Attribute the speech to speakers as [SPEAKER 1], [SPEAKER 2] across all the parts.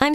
[SPEAKER 1] I'm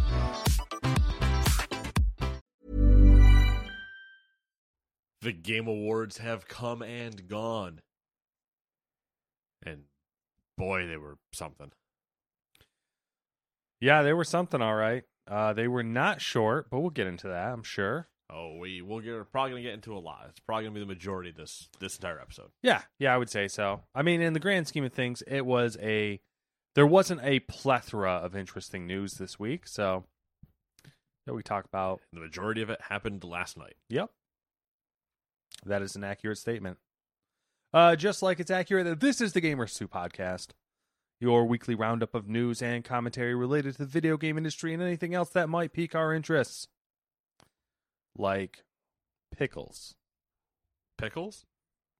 [SPEAKER 2] The Game Awards have come and gone. And boy, they were something.
[SPEAKER 3] Yeah, they were something all right. Uh, they were not short, but we'll get into that, I'm sure.
[SPEAKER 2] Oh, we we'll get, we're probably gonna get into a lot. It's probably gonna be the majority of this this entire episode.
[SPEAKER 3] Yeah, yeah, I would say so. I mean, in the grand scheme of things, it was a there wasn't a plethora of interesting news this week, so that we talk about.
[SPEAKER 2] The majority of it happened last night.
[SPEAKER 3] Yep, that is an accurate statement. Uh, just like it's accurate that this is the Gamers Sue podcast, your weekly roundup of news and commentary related to the video game industry and anything else that might pique our interests, like pickles,
[SPEAKER 2] Pickles?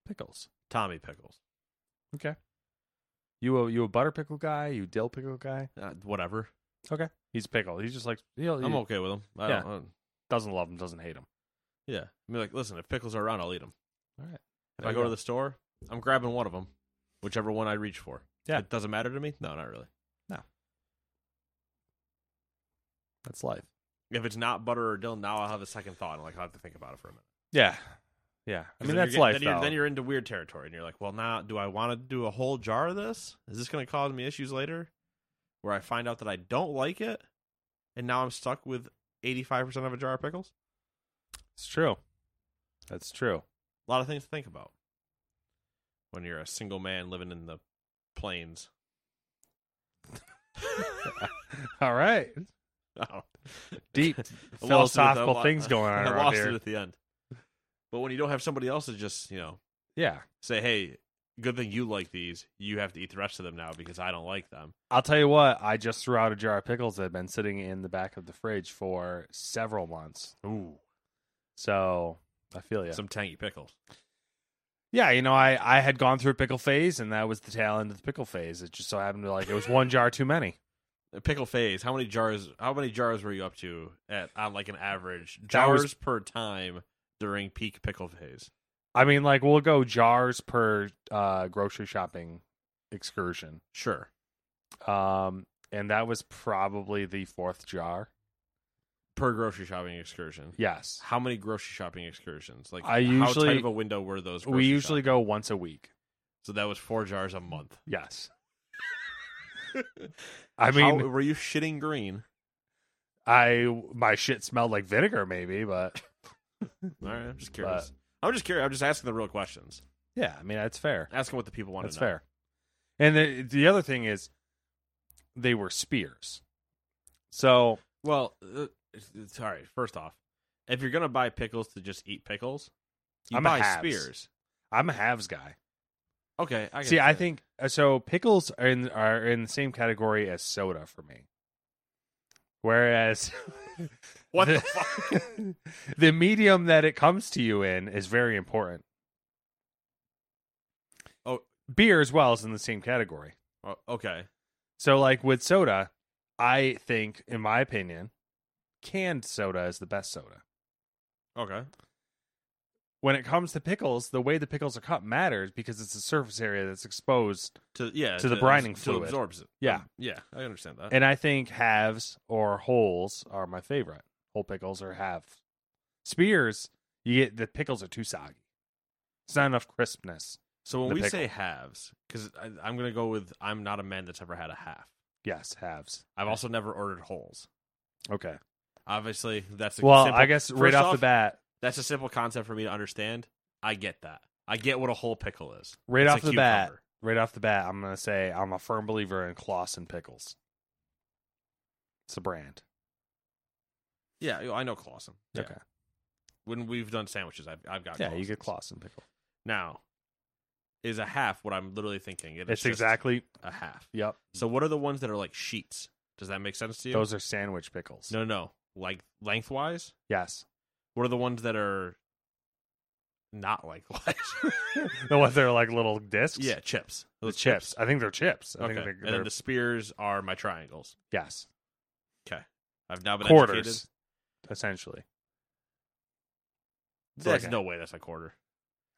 [SPEAKER 3] pickles.
[SPEAKER 2] Tommy Pickles.
[SPEAKER 3] Okay, you a you a butter pickle guy? You dill pickle guy?
[SPEAKER 2] Uh, whatever.
[SPEAKER 3] Okay, he's pickle. He's just like he'll, he
[SPEAKER 2] I'm okay with them. I
[SPEAKER 3] Yeah.
[SPEAKER 2] Don't, I don't-
[SPEAKER 3] doesn't love him, doesn't hate him.
[SPEAKER 2] yeah. I mean, like, listen, if pickles are around, I'll eat them.
[SPEAKER 3] All right,
[SPEAKER 2] If
[SPEAKER 3] There
[SPEAKER 2] I
[SPEAKER 3] you
[SPEAKER 2] go,
[SPEAKER 3] go.
[SPEAKER 2] to the store, I'm grabbing one of them, whichever one I reach for.
[SPEAKER 3] Yeah.
[SPEAKER 2] It doesn't matter to me? No, not really.
[SPEAKER 3] that's life.
[SPEAKER 2] If it's not butter or dill, now I'll have a second thought and like I'll have to think about it for a minute.
[SPEAKER 3] Yeah, yeah. I
[SPEAKER 2] 'Cause then
[SPEAKER 3] mean,
[SPEAKER 2] you're
[SPEAKER 3] that's
[SPEAKER 2] getting-
[SPEAKER 3] life.
[SPEAKER 2] Then you're,
[SPEAKER 3] though.
[SPEAKER 2] then you're into weird territory, and you're like, "Well, now do I want to do a whole jar of this? Is this going to cause me issues later, where I find out that I don't like it, and now I'm stuck with 85 percent of a jar of pickles?
[SPEAKER 3] It's true. That's true.
[SPEAKER 2] A lot of things to think about when you're a single man living in the plains.
[SPEAKER 3] All right.
[SPEAKER 2] I don't-
[SPEAKER 3] Deep
[SPEAKER 2] I lost it at the-
[SPEAKER 3] philosophical things going on
[SPEAKER 2] I
[SPEAKER 3] around
[SPEAKER 2] lost
[SPEAKER 3] here.
[SPEAKER 2] it at the end. But when you don't have somebody else to just you know
[SPEAKER 3] Yeah.
[SPEAKER 2] say, "Hey, good thing you like these. You have to eat the rest of them now because I don't like them."
[SPEAKER 3] I'll tell you what, I just threw out a jar of pickles that had been sitting in the back of the fridge for several months.
[SPEAKER 2] Ooh,
[SPEAKER 3] So I feel you.
[SPEAKER 2] some tangy pickles.
[SPEAKER 3] yeah, you know, I, I had gone through pickle phase and that was the tail end of the pickle phase. It just so happened to like it was one jar too many.
[SPEAKER 2] pickle phase how many jars how many jars were you up to at on like an average
[SPEAKER 3] That
[SPEAKER 2] jars
[SPEAKER 3] was-
[SPEAKER 2] per time during peak pickle phase
[SPEAKER 3] I mean, like we'll go jars per uh, grocery shopping excursion.
[SPEAKER 2] sure
[SPEAKER 3] Um and that was probably the fourth jar.
[SPEAKER 2] per grocery shopping excursion
[SPEAKER 3] Yes.
[SPEAKER 2] how many grocery shopping excursions like
[SPEAKER 3] I
[SPEAKER 2] how tight
[SPEAKER 3] usually-
[SPEAKER 2] of a window were those
[SPEAKER 3] We usually go once a week.
[SPEAKER 2] so that was four jars a month
[SPEAKER 3] Yes.
[SPEAKER 2] How-
[SPEAKER 3] I mean,
[SPEAKER 2] were you shitting green
[SPEAKER 3] I my shit smelled like vinegar, maybe, but
[SPEAKER 2] all right i'm just curious i'm just curious i'm just asking the real questions
[SPEAKER 3] yeah, I mean that's fair.
[SPEAKER 2] asking what the people want
[SPEAKER 3] That's
[SPEAKER 2] to know
[SPEAKER 3] fair. And the the other thing is, they were spears. So
[SPEAKER 2] well uh, sorry first off if you're gonna buy pickles to just eat pickles you
[SPEAKER 3] I'm a
[SPEAKER 2] buy
[SPEAKER 3] halves.
[SPEAKER 2] spears
[SPEAKER 3] I'm a halves guy.
[SPEAKER 2] okay I can
[SPEAKER 3] See, I
[SPEAKER 2] understand.
[SPEAKER 3] think uh, so. Pickles are in are in the same category as soda for me. Whereas,
[SPEAKER 2] What the
[SPEAKER 3] fuck? the medium that it comes to you in is very important.
[SPEAKER 2] Oh.
[SPEAKER 3] beer as well is in the same category.
[SPEAKER 2] Oh, okay
[SPEAKER 3] So, like with soda, I think, in my opinion, canned soda is the best soda.
[SPEAKER 2] okay
[SPEAKER 3] When it comes to pickles, the way the pickles are cut matters because it's the surface area that's exposed.
[SPEAKER 2] to yeah
[SPEAKER 3] to the brining
[SPEAKER 2] abs-
[SPEAKER 3] fluid.
[SPEAKER 2] to absorbs it. Um,
[SPEAKER 3] Yeah.
[SPEAKER 2] yeah, I understand that.
[SPEAKER 3] And I think halves or holes are my favorite. Whole pickles or halves. Spears, you get the pickles are too soggy. It's not enough crispness.
[SPEAKER 2] so when
[SPEAKER 3] the
[SPEAKER 2] we
[SPEAKER 3] pickle.
[SPEAKER 2] say halves, because I'm gonna go with I'm not a man that's ever had a half.
[SPEAKER 3] Yes, halves.
[SPEAKER 2] I've also never ordered holes.
[SPEAKER 3] Okay.
[SPEAKER 2] Obviously, that's a
[SPEAKER 3] well,
[SPEAKER 2] simple-
[SPEAKER 3] I guess right
[SPEAKER 2] First
[SPEAKER 3] off, the
[SPEAKER 2] off,
[SPEAKER 3] bat,
[SPEAKER 2] that's a simple concept for me to understand. I get that. I get what a whole pickle is.
[SPEAKER 3] right
[SPEAKER 2] It's a
[SPEAKER 3] off the bat,
[SPEAKER 2] cucumber.
[SPEAKER 3] right off the bat, I'm gonna say I'm a firm believer in Kloss and Pickles. It's a brand.
[SPEAKER 2] Yeah, I know Clausen. Yeah.
[SPEAKER 3] Okay.
[SPEAKER 2] When we've done sandwiches, I've, I've got.
[SPEAKER 3] Yeah, you get
[SPEAKER 2] Clausens.
[SPEAKER 3] Kloss and Pickle.
[SPEAKER 2] Now, is a half what I'm literally thinking. It is
[SPEAKER 3] It's
[SPEAKER 2] just
[SPEAKER 3] exactly.
[SPEAKER 2] a half.
[SPEAKER 3] Yep.
[SPEAKER 2] So what are the ones that are like sheets? Does that make sense to you?
[SPEAKER 3] Those are sandwich pickles.
[SPEAKER 2] no, no, like lengthwise.
[SPEAKER 3] Yes.
[SPEAKER 2] What are the ones that are not lengthwise?
[SPEAKER 3] the ones that are like little discs.
[SPEAKER 2] yeah, chips.
[SPEAKER 3] The
[SPEAKER 2] Those
[SPEAKER 3] chips. I think they're chips. I
[SPEAKER 2] Okay. and
[SPEAKER 3] think they're,
[SPEAKER 2] then
[SPEAKER 3] they're
[SPEAKER 2] the spears are my triangles.
[SPEAKER 3] yes
[SPEAKER 2] Okay. I've now been
[SPEAKER 3] quarters,
[SPEAKER 2] educated.
[SPEAKER 3] essentially. It's
[SPEAKER 2] There's
[SPEAKER 3] like a-
[SPEAKER 2] no way that's a quarter.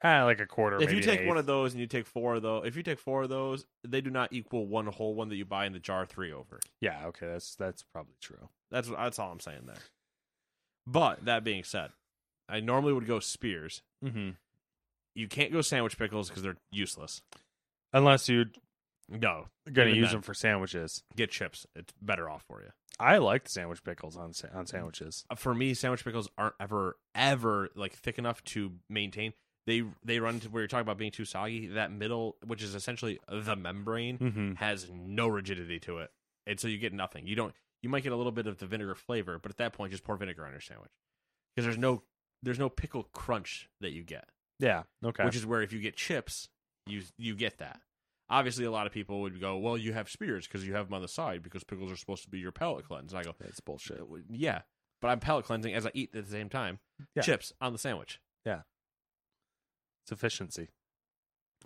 [SPEAKER 3] Ah, like a quarter.
[SPEAKER 2] If
[SPEAKER 3] maybe
[SPEAKER 2] you
[SPEAKER 3] an
[SPEAKER 2] take one
[SPEAKER 3] eighth.
[SPEAKER 2] of those and you take four of those, if you take four of those, they do not equal one whole one that you buy in the jar three over.
[SPEAKER 3] yeah, okay, that's that's probably true.
[SPEAKER 2] That's what, that's all I'm saying there. But that being said, I normally would go spears.
[SPEAKER 3] Mm-hmm.
[SPEAKER 2] You can't go sandwich pickles because they're useless.
[SPEAKER 3] Unless you're
[SPEAKER 2] No,
[SPEAKER 3] gonna
[SPEAKER 2] Even
[SPEAKER 3] use
[SPEAKER 2] then.
[SPEAKER 3] them for sandwiches.
[SPEAKER 2] get chips. It's better off for you.
[SPEAKER 3] I like the sandwich pickles on sa- on sandwiches.
[SPEAKER 2] Uh, For me, sandwich pickles aren't ever ever like thick enough to maintain. They they run into where you're talking about being too soggy. That middle, which is essentially the membrane,
[SPEAKER 3] Mm-hmm.
[SPEAKER 2] has no rigidity to it, and so you get nothing. You don't. You might get a little bit of the vinegar flavor, but at that point, just pour vinegar on your sandwich because there's no there's no pickle crunch that you get,
[SPEAKER 3] Yeah. Okay.
[SPEAKER 2] which is where if you get chips, you you get that. Obviously, a lot of people would go, "Well, you have spears because you have them on the side because pickles are supposed to be your palate cleanse." And I go,
[SPEAKER 3] that's bullshit.
[SPEAKER 2] "Yeah, but I'm palate cleansing as I eat at the same time.
[SPEAKER 3] Yeah.
[SPEAKER 2] Chips on the sandwich.
[SPEAKER 3] It's efficiency.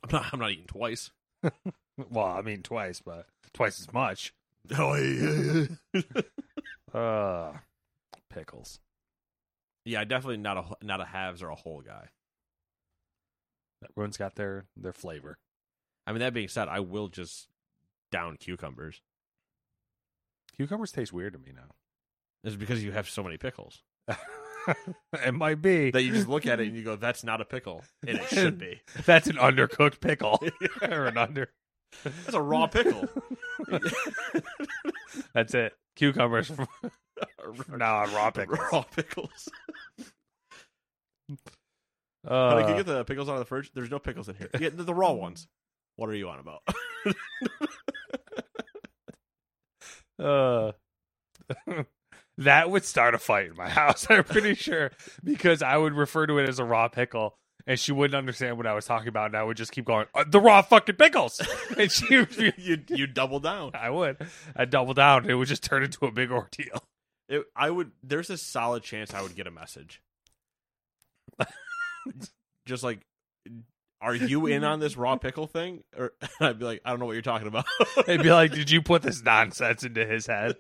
[SPEAKER 2] I'm not I'm not eating twice."
[SPEAKER 3] Well, I mean twice, but twice as much. Uh pickles.
[SPEAKER 2] yeah, definitely not a not a halves or a whole guy.
[SPEAKER 3] Everyone's got their their flavor.
[SPEAKER 2] I mean, that being said, I will just down cucumbers.
[SPEAKER 3] Cucumbers taste weird to me now.
[SPEAKER 2] It's because you have so many pickles
[SPEAKER 3] it might be
[SPEAKER 2] that you just look at it and you go, "That's not a pickle," and it should be.
[SPEAKER 3] That's an undercooked pickle or an under.
[SPEAKER 2] That's a raw pickle.
[SPEAKER 3] That's it. Cucumbers. from- no, raw pickles.
[SPEAKER 2] Raw pickles.
[SPEAKER 3] Uh,
[SPEAKER 2] Like, you get the pickles out of the fridge. There's no pickles in here. You get the, the raw ones. What are you on about?
[SPEAKER 3] uh, that would start a fight in my house. I'm pretty sure because I would refer to it as a raw pickle, and she wouldn't understand what I was talking about, and I would just keep going "Uh, the raw fucking pickles, and she would be-
[SPEAKER 2] you you double down.
[SPEAKER 3] I would. I double down. It would just turn into a big ordeal.
[SPEAKER 2] It, I would. There's a solid chance I would get a message. Just like, are you in on this raw pickle thing? Or I'd be like, I don't know what you're talking about.
[SPEAKER 3] It'd be like, did you put this nonsense into his head?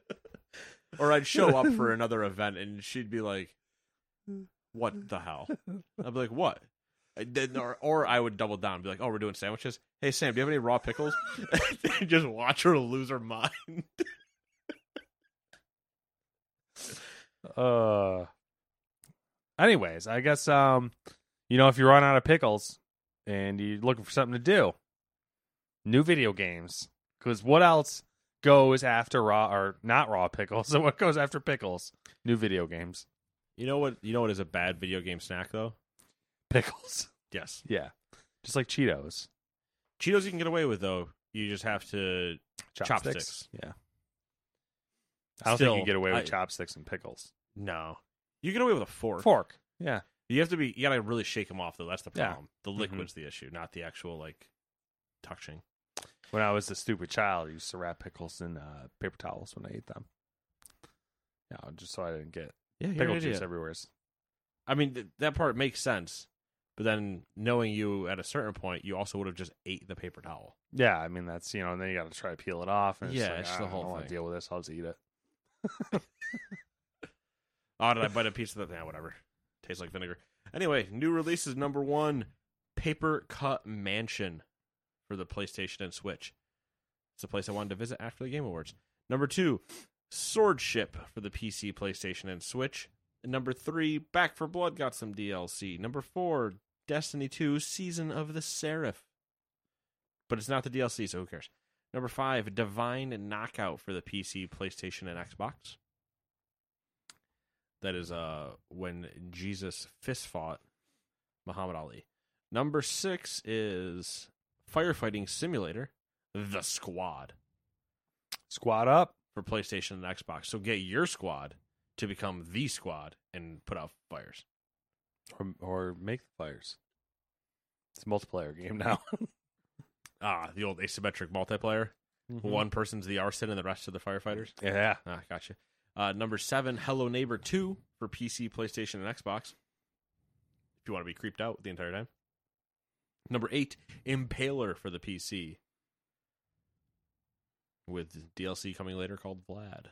[SPEAKER 2] or I'd show up for another event and she'd be like, "What the hell?" I'd be like, "What?" I didn't- or, or I would double down and be like, "Oh, we're doing sandwiches. Hey Sam, do you have any raw pickles?" And Just watch her lose her mind.
[SPEAKER 3] Uh. Anyways, I guess um, you know, if you run out of pickles and you're looking for something to do, new video games. Because what else goes after raw or not raw pickles? So what goes after pickles? New video games,
[SPEAKER 2] You know what? You know what is a bad video game snack though?
[SPEAKER 3] pickles.
[SPEAKER 2] Yes,
[SPEAKER 3] Yeah, just like Cheetos,
[SPEAKER 2] Cheetos you can get away with though. You just have to.
[SPEAKER 3] chopsticks.
[SPEAKER 2] Chopsticks.
[SPEAKER 3] Yeah, I don't
[SPEAKER 2] Still,
[SPEAKER 3] think you can get away with
[SPEAKER 2] I-
[SPEAKER 3] chopsticks and pickles.
[SPEAKER 2] No, you get away with a fork.
[SPEAKER 3] Fork. Yeah.
[SPEAKER 2] You have to be. You gotta really shake them off though. That's the
[SPEAKER 3] Yeah.
[SPEAKER 2] problem. The
[SPEAKER 3] Mhm.
[SPEAKER 2] liquid's the issue, not the actual like touching.
[SPEAKER 3] When I was a stupid child, I used to wrap pickles in uh, paper towels when I ate them. Yeah, just so I didn't get
[SPEAKER 2] Yeah,
[SPEAKER 3] pickle juice everywhere.
[SPEAKER 2] I mean, th- that part makes sense. But then knowing you at a certain point, you also would have just ate the paper towel.
[SPEAKER 3] Yeah, I mean that's you know, and then you got to try to peel it off. And
[SPEAKER 2] Yeah,
[SPEAKER 3] it's, like, "Ah,
[SPEAKER 2] it's
[SPEAKER 3] I
[SPEAKER 2] the
[SPEAKER 3] don't- I
[SPEAKER 2] whole
[SPEAKER 3] don't want
[SPEAKER 2] thing.
[SPEAKER 3] to deal with this. I'll just eat it.
[SPEAKER 2] Oh, did I bite a piece of that? Yeah, whatever. Tastes like vinegar. Anyway, new releases number one Paper Cut Mansion for the PlayStation and Switch. It's a place I wanted to visit after the Game Awards. Number two, Swordship for the PC, PlayStation, and Switch. And number three, Back for Blood got some DLC. Number four, Destiny 2 Season of the Seraph. But it's not the DLC, so who cares? Number five, Divine Knockout for the PC, PlayStation, and Xbox. That is uh when Jesus fist fought Muhammad Ali. Number six is firefighting simulator, The Squad
[SPEAKER 3] Squad up.
[SPEAKER 2] for PlayStation and Xbox. So get your squad to become the squad and put out fires.
[SPEAKER 3] or, or make the fires. It's a multiplayer game now.
[SPEAKER 2] Ah, the old asymmetric multiplayer.
[SPEAKER 3] Mm-hmm.
[SPEAKER 2] One person's the arson and the rest are the firefighters.
[SPEAKER 3] Yeah.
[SPEAKER 2] Ah, gotcha. Uh, number seven, Hello Neighbor 2 for PC, PlayStation, and Xbox. If you want to be creeped out the entire time. Number eight, Impaler for the PC. With DLC coming later called Vlad.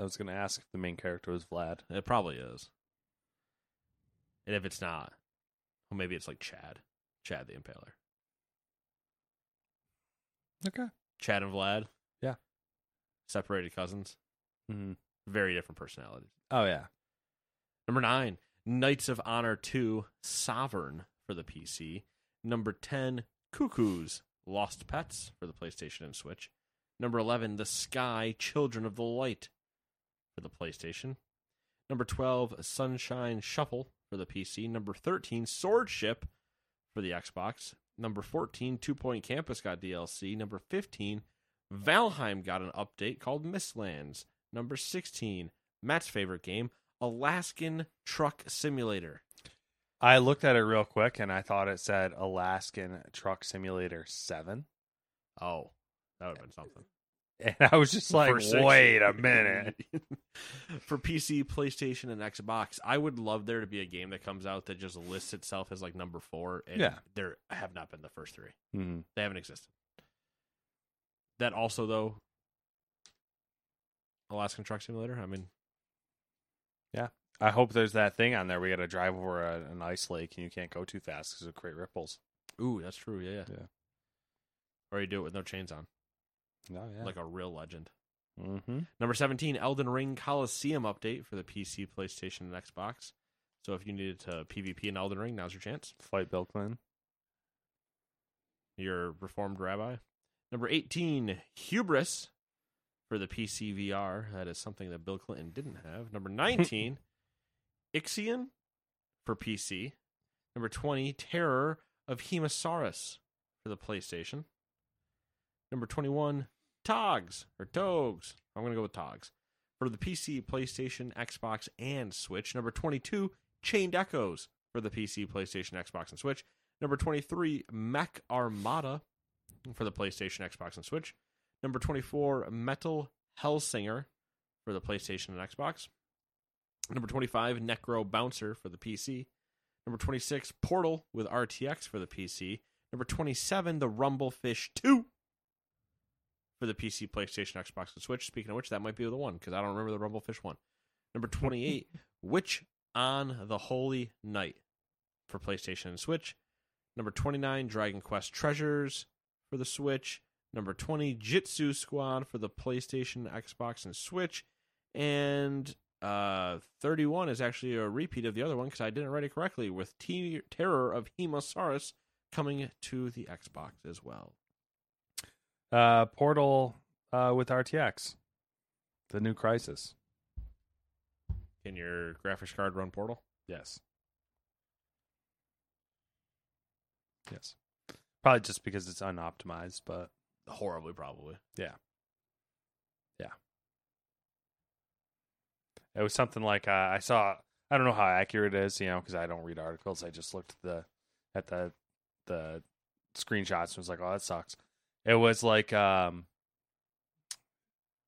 [SPEAKER 3] I was going to ask if the main character was Vlad.
[SPEAKER 2] It probably is. And if it's not, well, maybe it's like Chad. Chad the Impaler.
[SPEAKER 3] Okay.
[SPEAKER 2] Chad and Vlad.
[SPEAKER 3] Yeah.
[SPEAKER 2] Separated cousins.
[SPEAKER 3] hmm
[SPEAKER 2] Very different personalities.
[SPEAKER 3] Oh, yeah.
[SPEAKER 2] Number nine, Knights of Honor 2 Sovereign for the PC. Number 10, Cuckoos Lost Pets for the PlayStation and Switch. Number 11, The Sky Children of the Light for the PlayStation. Number 12, Sunshine Shuffle for the PC. Number 13, Swordship for the Xbox. Number 14, Two Point Campus got DLC. Number 15, Valheim got an update called Mistlands. Number 16, Matt's favorite game, Alaskan Truck Simulator.
[SPEAKER 3] I looked at it real quick and I thought it said Alaskan Truck Simulator 7.
[SPEAKER 2] Oh, that would have been something.
[SPEAKER 3] And I was just like,
[SPEAKER 2] For six-
[SPEAKER 3] wait a minute.
[SPEAKER 2] For PC, PlayStation, and Xbox, I would love there to be a game that comes out that just lists itself as like number four, and
[SPEAKER 3] Yeah.
[SPEAKER 2] there have not been the first three.
[SPEAKER 3] Mhm.
[SPEAKER 2] They haven't existed. That also, though, Alaskan Truck Simulator. I mean,
[SPEAKER 3] I hope there's that thing on there. We got to drive over a, an ice lake and you can't go too fast because it'll create ripples.
[SPEAKER 2] ooh, that's true. Yeah, yeah,
[SPEAKER 3] Yeah.
[SPEAKER 2] Or you do it with no chains on,
[SPEAKER 3] Oh, yeah.
[SPEAKER 2] like a real legend.
[SPEAKER 3] mm-hmm.
[SPEAKER 2] Number 17, Elden Ring Coliseum update for the PC, PlayStation, and Xbox. So if you needed to PvP in Elden Ring, now's your chance.
[SPEAKER 3] Fight Bill Clinton.
[SPEAKER 2] Your reformed rabbi. Number 18, Hubris for the PC VR. That is something that Bill Clinton didn't have. Number 19, Ixion for PC. Number 20, Terror of Hemosaurus for the PlayStation. Number 21, Togs or Togs. I'm going to go with Togs for the PC, PlayStation, Xbox, and Switch. Number 22, Chained Echoes for the PC, PlayStation, Xbox, and Switch. Number 23, Mech Armada for the PlayStation, Xbox, and Switch. Number 24, Metal Hellsinger for the PlayStation and Xbox. Number 25, Necro Bouncer for the PC. Number 26, Portal with RTX for the PC. Number 27, The Rumblefish 2 for the PC, PlayStation, Xbox, and Switch. Speaking of which, that might be the one because I don't remember the Rumblefish one. Number 28, Witch on the Holy Night for PlayStation and Switch. Number 29, Dragon Quest Treasures for the Switch. Number 20, Jitsu Squad for the PlayStation, Xbox, and Switch. And uh, 31 is actually a repeat of the other one because I didn't write it correctly with T- Terror of Hemosaurus coming to the Xbox as well.
[SPEAKER 3] Uh, Portal uh, with RTX. The new Crisis.
[SPEAKER 2] Can your graphics card run Portal?
[SPEAKER 3] Yes. Yes. Probably just because it's unoptimized, but
[SPEAKER 2] Horribly, probably.
[SPEAKER 3] yeah. Yeah. It was something like uh, I saw I don't know how accurate it is, you know, cuz I don't read articles. I just looked at the at the the screenshots and was like, "Oh, that sucks." It was like um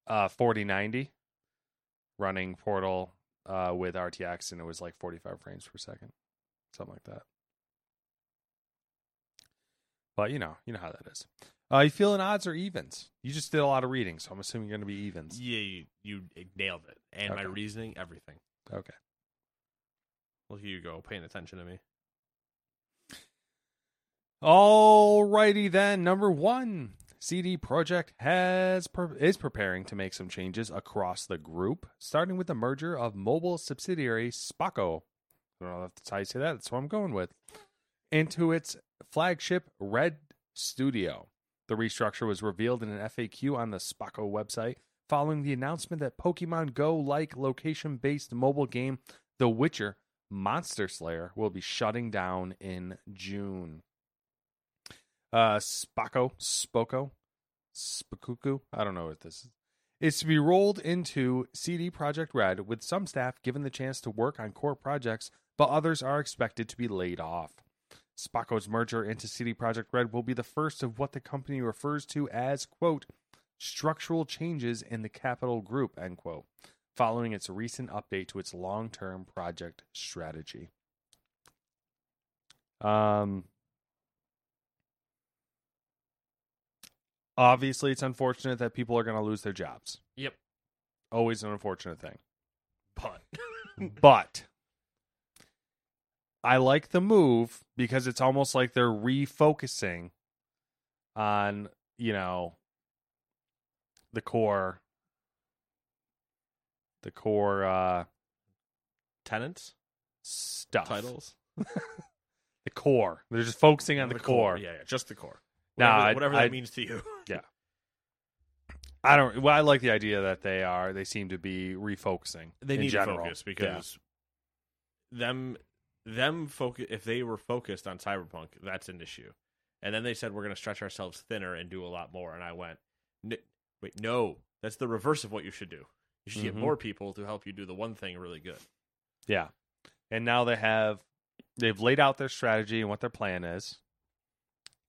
[SPEAKER 3] uh 4090 running Portal uh with RTX and it was like 45 frames per second. Something like that. But you know, you know how that is. Uh, you feeling odds or evens? You just did a lot of reading, so I'm assuming you're going to be evens.
[SPEAKER 2] Yeah, you, you nailed it. And my
[SPEAKER 3] Okay.
[SPEAKER 2] reasoning, everything.
[SPEAKER 3] Okay.
[SPEAKER 2] Look at you go, paying attention to me.
[SPEAKER 3] Alrighty then. Number one, CD Project has pre- is preparing to make some changes across the group, starting with the merger of mobile subsidiary Spaco. I don't know if that's how you say that. That's what I'm going with. Into its flagship Red Studio. The restructure was revealed in an FAQ on the Spaco website following the announcement that Pokemon Go like location based mobile game The Witcher Monster Slayer will be shutting down in June. Uh, Spocko, Spoko, Spakuku, I don't know what this is, is to be rolled into CD Project Red, with some staff given the chance to work on core projects, but others are expected to be laid off. Spocko's merger into CD Project Red will be the first of what the company refers to as, quote, structural changes in the capital group, end quote, following its recent update to its long term project strategy. Um, obviously, it's unfortunate that people are going to lose their jobs.
[SPEAKER 2] Yep.
[SPEAKER 3] Always an unfortunate thing.
[SPEAKER 2] But
[SPEAKER 3] but I like the move because it's almost like they're refocusing on, you know, the core the core uh
[SPEAKER 2] tenants
[SPEAKER 3] stuff.
[SPEAKER 2] titles
[SPEAKER 3] The core. They're just focusing on the, core.
[SPEAKER 2] Yeah, yeah, just the core.
[SPEAKER 3] Nah,
[SPEAKER 2] Whatever,
[SPEAKER 3] I-
[SPEAKER 2] whatever
[SPEAKER 3] I-
[SPEAKER 2] that means to you.
[SPEAKER 3] I don't well I like the idea that they are they seem to be refocusing.
[SPEAKER 2] They
[SPEAKER 3] in
[SPEAKER 2] need to
[SPEAKER 3] general.
[SPEAKER 2] focus
[SPEAKER 3] Yeah.
[SPEAKER 2] because them them focus if they were focused on cyberpunk, that's an issue. And then they said we're going to stretch ourselves thinner and do a lot more. And I went, N- wait, no, that's the reverse of what you should do. You should
[SPEAKER 3] Mhm.
[SPEAKER 2] get more people to help you do the one thing really good.
[SPEAKER 3] Yeah. And now they have they've laid out their strategy and what their plan is.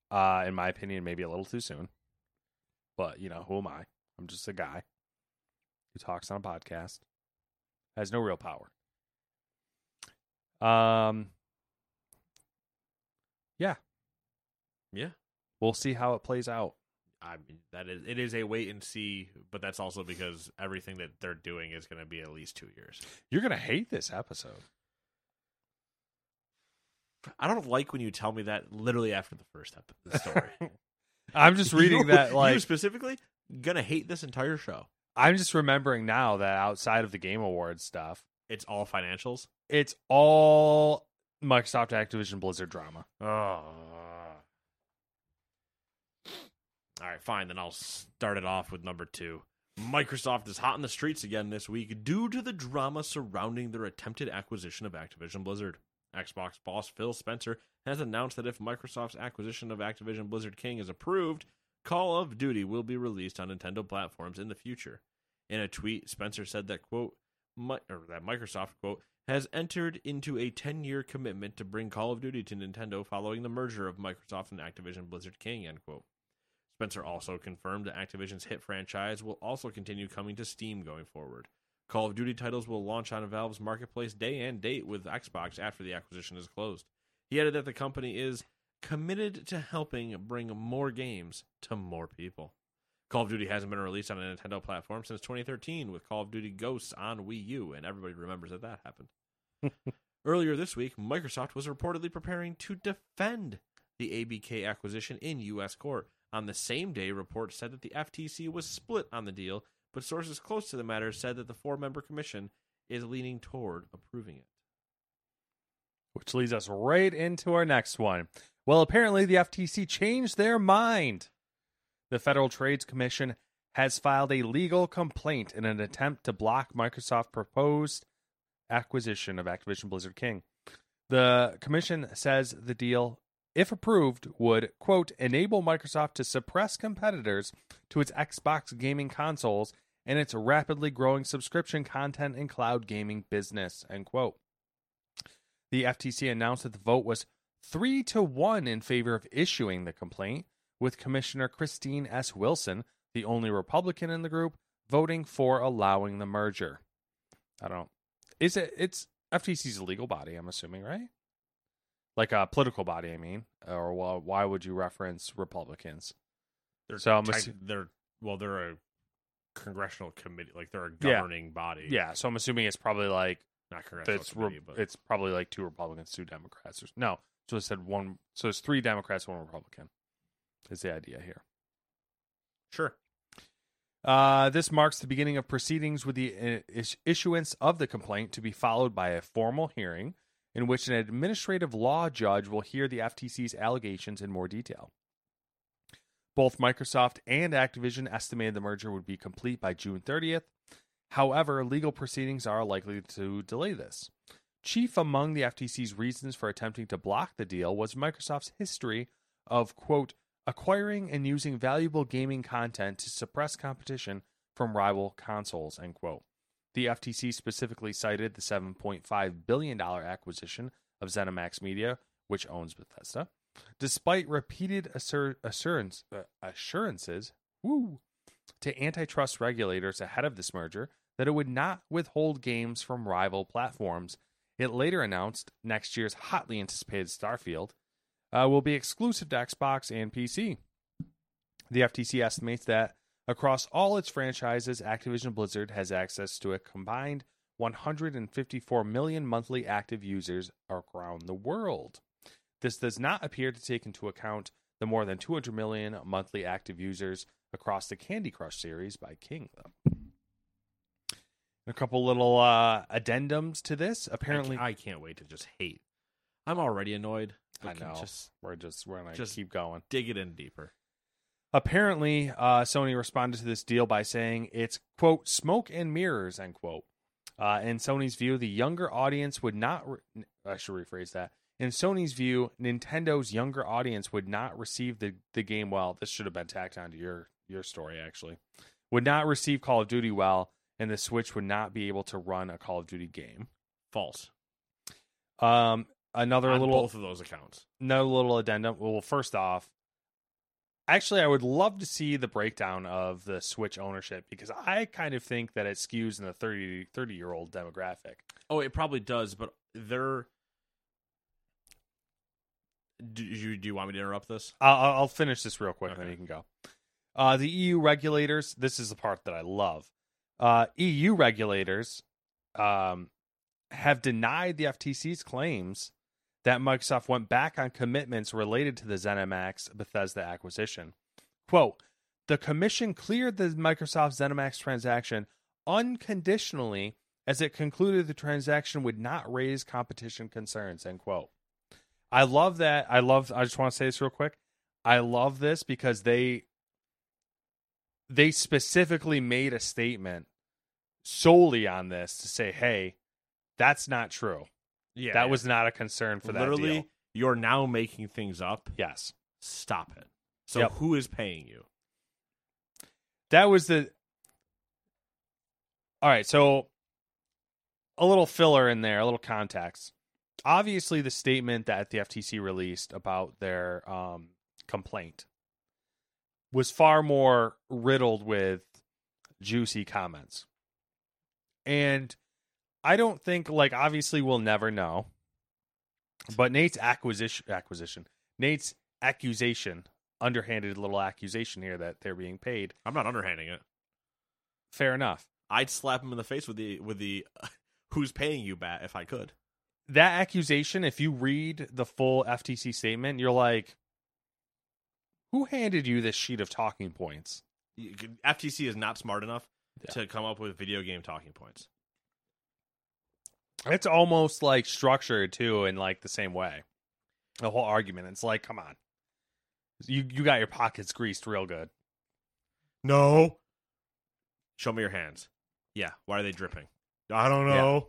[SPEAKER 3] Uh in my opinion, maybe a little too soon. But, you know, who am I? I'm just a guy who talks on a podcast. Has no real power. Um Yeah,
[SPEAKER 2] Yeah,
[SPEAKER 3] we'll see how it plays out.
[SPEAKER 2] I mean that is it is a wait and see, but that's also because everything that they're doing is going to be at least two years.
[SPEAKER 3] You're going to hate this episode.
[SPEAKER 2] I don't like when you tell me that literally after the first ep- the story.
[SPEAKER 3] I'm just reading
[SPEAKER 2] You-
[SPEAKER 3] that
[SPEAKER 2] you
[SPEAKER 3] like
[SPEAKER 2] specifically gonna hate this entire show.
[SPEAKER 3] I'm just remembering now that outside of the Game Awards stuff,
[SPEAKER 2] It's all financials.
[SPEAKER 3] it's all Microsoft Activision Blizzard drama.
[SPEAKER 2] Oh. All right, fine. Then I'll start it off with number two. Microsoft is hot in the streets again this week due to the drama surrounding their attempted acquisition of Activision Blizzard. Xbox boss Phil Spencer has announced that if Microsoft's acquisition of Activision Blizzard King is approved, Call of Duty will be released on Nintendo platforms in the future. In a tweet, Spencer said that quote mi- or that Microsoft quote has entered into a 10-year commitment to bring Call of Duty to Nintendo following the merger of Microsoft and Activision Blizzard King end quote. Spencer also confirmed that Activision's hit franchise will also continue coming to Steam going forward. Call of Duty titles will launch on Valve's marketplace day and date with Xbox after the acquisition is closed. He added that the company is committed to helping bring more games to more people. Call of Duty hasn't been released on a Nintendo platform since 2013 with Call of Duty Ghosts on Wii U, and everybody remembers that that happened. Earlier this week, Microsoft was reportedly preparing to defend the ABK acquisition in U.S. court. On the same day, reports said that the FTC was split on the deal, but sources close to the matter said that the four member commission is leaning toward approving it.
[SPEAKER 3] Which leads us right into our next one. Well, apparently the FTC changed their mind. The Federal Trades Commission has filed a legal complaint in an attempt to block Microsoft's proposed acquisition of Activision Blizzard King. The commission says the deal, if approved, would, quote, enable Microsoft to suppress competitors to its Xbox gaming consoles and its rapidly growing subscription content and cloud gaming business, end quote. The FTC announced that the vote was three to one in favor of issuing the complaint, with Commissioner Christine S. Wilson, the only Republican in the group, voting for allowing the merger. I don't. Is it? It's FTC's a legal body. I'm assuming, right? Like a political body, I mean. Or well, why would you reference Republicans?
[SPEAKER 2] They're
[SPEAKER 3] So I'm
[SPEAKER 2] tech-
[SPEAKER 3] assu-
[SPEAKER 2] they're well, they're a congressional committee, like they're a
[SPEAKER 3] Yeah.
[SPEAKER 2] governing body.
[SPEAKER 3] Yeah, so I'm assuming it's probably like
[SPEAKER 2] not congressional
[SPEAKER 3] it's
[SPEAKER 2] committee,
[SPEAKER 3] re-
[SPEAKER 2] but
[SPEAKER 3] it's probably like two Republicans, two Democrats. Or, no, so it said one. So it's three Democrats, one Republican. Is the idea here?
[SPEAKER 2] sure.
[SPEAKER 3] Uh, this marks the beginning of proceedings with the uh, is- issuance of the complaint to be followed by a formal hearing in which an administrative law judge will hear the FTC's allegations in more detail. Both Microsoft and Activision estimated the merger would be complete by June 30th. However, legal proceedings are likely to delay this. Chief among the FTC's reasons for attempting to block the deal was Microsoft's history of, quote, acquiring and using valuable gaming content to suppress competition from rival consoles, end quote. The FTC specifically cited the $7.5 billion acquisition of ZeniMax Media, which owns Bethesda. Despite repeated assur- assurance, uh, assurances woo, to antitrust regulators ahead of this merger that it would not withhold games from rival platforms, it later announced next year's hotly anticipated Starfield uh, will be exclusive to Xbox and PC. The FTC estimates that across all its franchises, Activision Blizzard has access to a combined 154 million monthly active users around the world. This does not appear to take into account the more than 200 million monthly active users across the Candy Crush series by Kingdom. A couple little uh, addendums to this. Apparently,
[SPEAKER 2] I, can't wait to just hate. I'm already annoyed.
[SPEAKER 3] I
[SPEAKER 2] but can
[SPEAKER 3] know.
[SPEAKER 2] Just
[SPEAKER 3] we're just we're gonna
[SPEAKER 2] just-
[SPEAKER 3] keep going.
[SPEAKER 2] dig it in deeper.
[SPEAKER 3] Apparently, uh, Sony responded to this deal by saying it's quote smoke and mirrors end quote. Uh, in Sony's view, the younger audience would not. Re- I should rephrase that. In Sony's view, Nintendo's younger audience would not receive the, the game well. This should have been tacked onto your your story actually. Would not receive Call of Duty well, and the Switch would not be able to run a Call of Duty game.
[SPEAKER 2] False.
[SPEAKER 3] Um, another
[SPEAKER 2] on
[SPEAKER 3] little
[SPEAKER 2] both of those accounts.
[SPEAKER 3] no little addendum. Well, first off, actually, I would love to see the breakdown of the Switch ownership because I kind of think that it skews in the 30, 30 year old demographic.
[SPEAKER 2] Oh, it probably does, but they're. Do you do you want me to interrupt this?
[SPEAKER 3] I'll, I'll- I'll finish this real quick, and then
[SPEAKER 2] Okay.
[SPEAKER 3] you can go. Uh, the EU regulators. This is the part that I love. Uh, EU regulators um, have denied the FTC's claims that Microsoft went back on commitments related to the ZeniMax Bethesda acquisition. Quote: The Commission cleared the Microsoft ZeniMax transaction unconditionally as it concluded the transaction would not raise competition concerns. End quote. I love that. I love. I just want to say this real quick. I love this because they they specifically made a statement solely on this to say, "Hey, that's not true.
[SPEAKER 2] Yeah,
[SPEAKER 3] that was not a concern for that
[SPEAKER 2] literally.
[SPEAKER 3] deal."
[SPEAKER 2] You're now making things up.
[SPEAKER 3] Yes,
[SPEAKER 2] Stop it. So
[SPEAKER 3] Yep.
[SPEAKER 2] who is paying you?
[SPEAKER 3] that was the. All right, so a little filler in there, a little context. Obviously, the statement that the FTC released about their um, complaint was far more riddled with juicy comments. And I don't think like obviously we'll never know. But Nate's acquisition acquisition, Nate's accusation, underhanded little accusation here that they're being paid.
[SPEAKER 2] I'm not underhanding it.
[SPEAKER 3] Fair enough.
[SPEAKER 2] I'd slap him in the face with the with the who's paying you bat if I could.
[SPEAKER 3] That accusation, if you read the full FTC statement, you're like, who handed you this sheet of talking points?
[SPEAKER 2] You could- FTC is not smart enough
[SPEAKER 3] Yeah.
[SPEAKER 2] to come up with video game talking points.
[SPEAKER 3] It's almost like structured too, in like the same way. The whole argument. It's like, come on, you you got your pockets greased real good.
[SPEAKER 2] No. Show me your hands. Yeah. Why are they dripping? I don't
[SPEAKER 3] Yeah.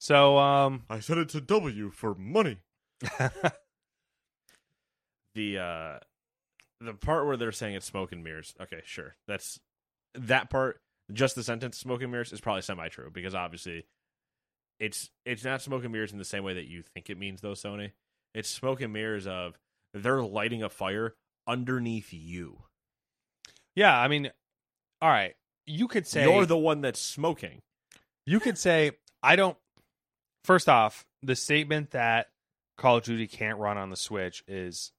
[SPEAKER 3] So, um,
[SPEAKER 2] I said it to W for money. The uh the part where they're saying it's smoke and mirrors. Okay, sure. That's that part. Just the sentence "smoke and mirrors" is probably semi true because obviously it's it's not smoke and mirrors in the same way that you think it means though. Sony, it's smoke and mirrors of they're lighting a fire underneath you.
[SPEAKER 3] yeah, I mean, all right, you could say
[SPEAKER 2] You're the one that's smoking.
[SPEAKER 3] you could say I don't. First off, the statement that Call of Duty can't run on the Switch is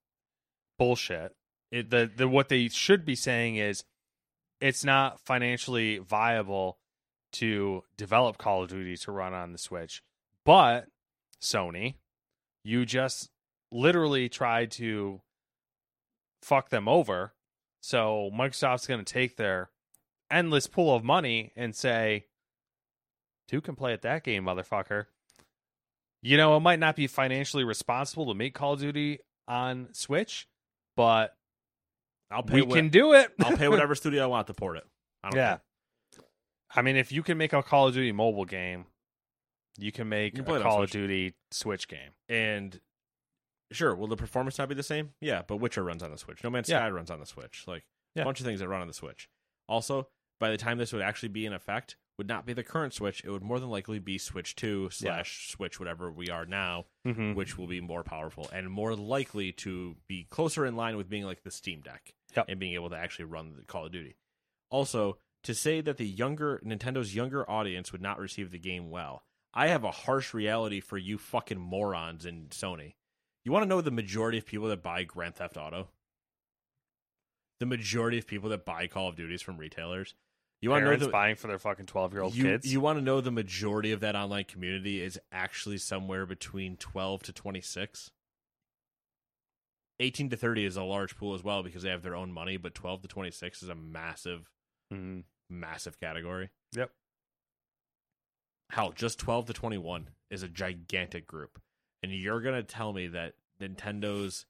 [SPEAKER 3] bullshit. It, the the what they should be saying is it's not financially viable to develop Call of Duty to run on the Switch. But Sony, you just literally tried to fuck them over. So Microsoft's going to take their endless pool of money and say, two can play at that game, motherfucker. You know, it might not be financially responsible to make Call of Duty on Switch, but
[SPEAKER 2] I'll pay.
[SPEAKER 3] we
[SPEAKER 2] what-
[SPEAKER 3] can do it.
[SPEAKER 2] I'll pay whatever studio I want to port it. I don't
[SPEAKER 3] yeah.
[SPEAKER 2] care.
[SPEAKER 3] I mean, if you can make a Call of Duty mobile game, you can make
[SPEAKER 2] You can
[SPEAKER 3] a
[SPEAKER 2] play it on
[SPEAKER 3] Call of
[SPEAKER 2] Switch.
[SPEAKER 3] Duty Switch game.
[SPEAKER 2] And sure, will the performance not be the same? Yeah, but Witcher runs on the Switch. No Man's
[SPEAKER 3] Yeah.
[SPEAKER 2] Sky runs on the Switch. Like
[SPEAKER 3] Yeah.
[SPEAKER 2] a bunch of things that run on the Switch. Also, by the time this would actually be in effect, would not be the current Switch. It would more than likely be Switch Two slash Switch whatever we are now,
[SPEAKER 3] Mm-hmm.
[SPEAKER 2] which will be more powerful and more likely to be closer in line with being like the Steam Deck
[SPEAKER 3] Yep.
[SPEAKER 2] and being able to actually run the Call of Duty. Also, to say that the younger Nintendo's younger audience would not receive the game well, I have a harsh reality for you fucking morons in Sony. You want to know the majority of people that buy Grand Theft Auto? The majority of people that buy Call of Duties from retailers. You want to know
[SPEAKER 3] Parents
[SPEAKER 2] the
[SPEAKER 3] buying for their fucking twelve year old
[SPEAKER 2] you,
[SPEAKER 3] kids.
[SPEAKER 2] You want to know the majority of that online community is actually somewhere between 12 to 26. 18 to 30 is a large pool as well because they have their own money, but 12 to 26 is a massive,
[SPEAKER 3] Mhm.
[SPEAKER 2] massive category.
[SPEAKER 3] Yep.
[SPEAKER 2] Hell, just 12 to 21 is a gigantic group. And you're going to tell me that Nintendo's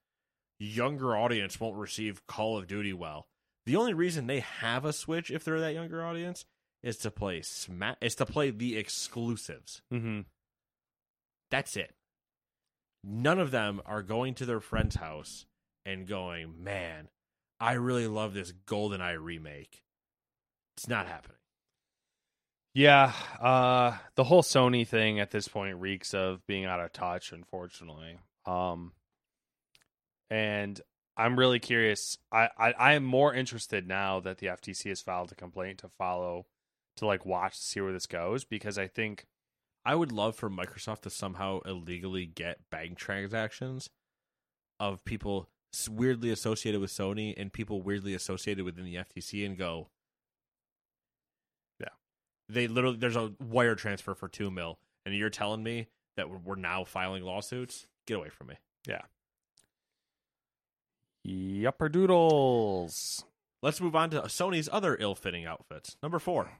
[SPEAKER 2] younger audience won't receive Call of Duty well. The only reason they have a Switch if they're that younger audience is to play Smash, is to play the exclusives.
[SPEAKER 3] Mm-hmm.
[SPEAKER 2] That's it. None of them are going to their friend's house and going, "Man, I really love this GoldenEye remake." It's not happening.
[SPEAKER 3] Yeah, uh, the whole Sony thing at this point reeks of being out of touch, unfortunately. Um, and I'm really curious. I, I I am more interested now that the FTC has filed a complaint to follow, to like watch to see where this goes because I think
[SPEAKER 2] I would love for Microsoft to somehow illegally get bank transactions of people s- weirdly associated with Sony and people weirdly associated within the FTC and go,
[SPEAKER 3] Yeah.
[SPEAKER 2] They literally, there's a wire transfer for two mil, and you're telling me that we're, we're now filing lawsuits? Get away from me.
[SPEAKER 3] yupper doodles.
[SPEAKER 2] Let's move on to Sony's other ill fitting outfits. Number four.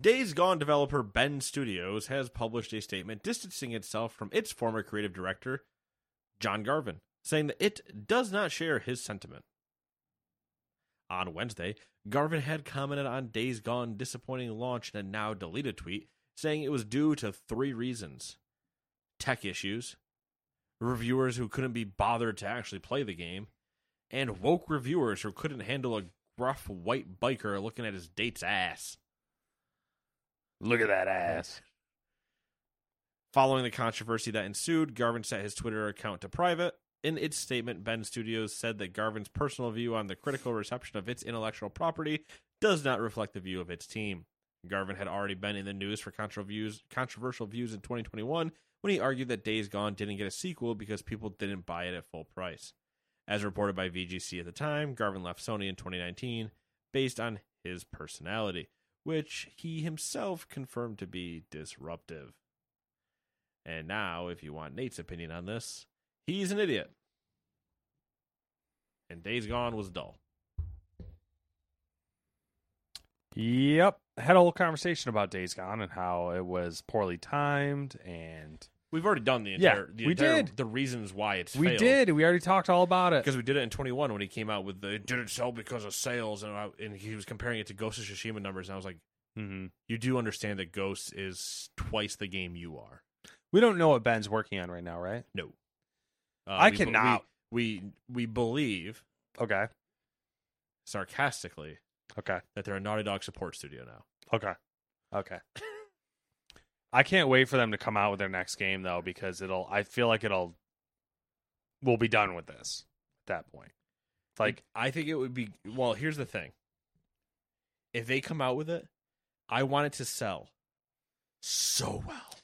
[SPEAKER 2] Days Gone developer Ben Studios has published a statement distancing itself from its former creative director, John Garvin, saying that it does not share his sentiment. On Wednesday, Garvin had commented on Days Gone disappointing launch in a now deleted tweet, saying it was due to three reasons tech issues, reviewers who couldn't be bothered to actually play the game, and woke reviewers who couldn't handle a gruff white biker looking at his date's ass.
[SPEAKER 3] Look at that ass.
[SPEAKER 2] Following the controversy that ensued, Garvin set his Twitter account to private. In its statement, Ben Studios said that Garvin's personal view on the critical reception of its intellectual property does not reflect the view of its team. Garvin had already been in the news for contro- views- controversial views in 2021 when he argued that Days Gone didn't get a sequel because people didn't buy it at full price. As reported by VGC at the time, Garvin left Sony in 2019 based on his personality, which he himself confirmed to be disruptive. And now, if you want Nate's opinion on this, he's an idiot. And Days Gone was dull.
[SPEAKER 3] Yep, had a whole conversation about Days Gone and how it was poorly timed and
[SPEAKER 2] We've already done the
[SPEAKER 3] Yeah,
[SPEAKER 2] entire, the,
[SPEAKER 3] we
[SPEAKER 2] entire-
[SPEAKER 3] did.
[SPEAKER 2] the reasons why it's
[SPEAKER 3] we
[SPEAKER 2] failed.
[SPEAKER 3] did. We already talked all about it.
[SPEAKER 2] because we did it in 21 when he came out with the it didn't sell because of sales and I, and he was comparing it to Ghost of Tsushima numbers and I was like,
[SPEAKER 3] Mm-hmm.
[SPEAKER 2] you do understand that Ghost is twice the game you are.
[SPEAKER 3] We don't know what Ben's working on right now, right?
[SPEAKER 2] No, uh,
[SPEAKER 3] I
[SPEAKER 2] we be-
[SPEAKER 3] cannot-
[SPEAKER 2] We, we we believe
[SPEAKER 3] Okay.
[SPEAKER 2] sarcastically
[SPEAKER 3] Okay.
[SPEAKER 2] that they're a Naughty Dog support studio now.
[SPEAKER 3] Okay. Okay. I can't wait for them to come out with their next game though, because it'll I feel like it'll we'll be done with this at that point. It's Like
[SPEAKER 2] I think it would be well, here's the thing. If they come out with it, I want it to sell so well.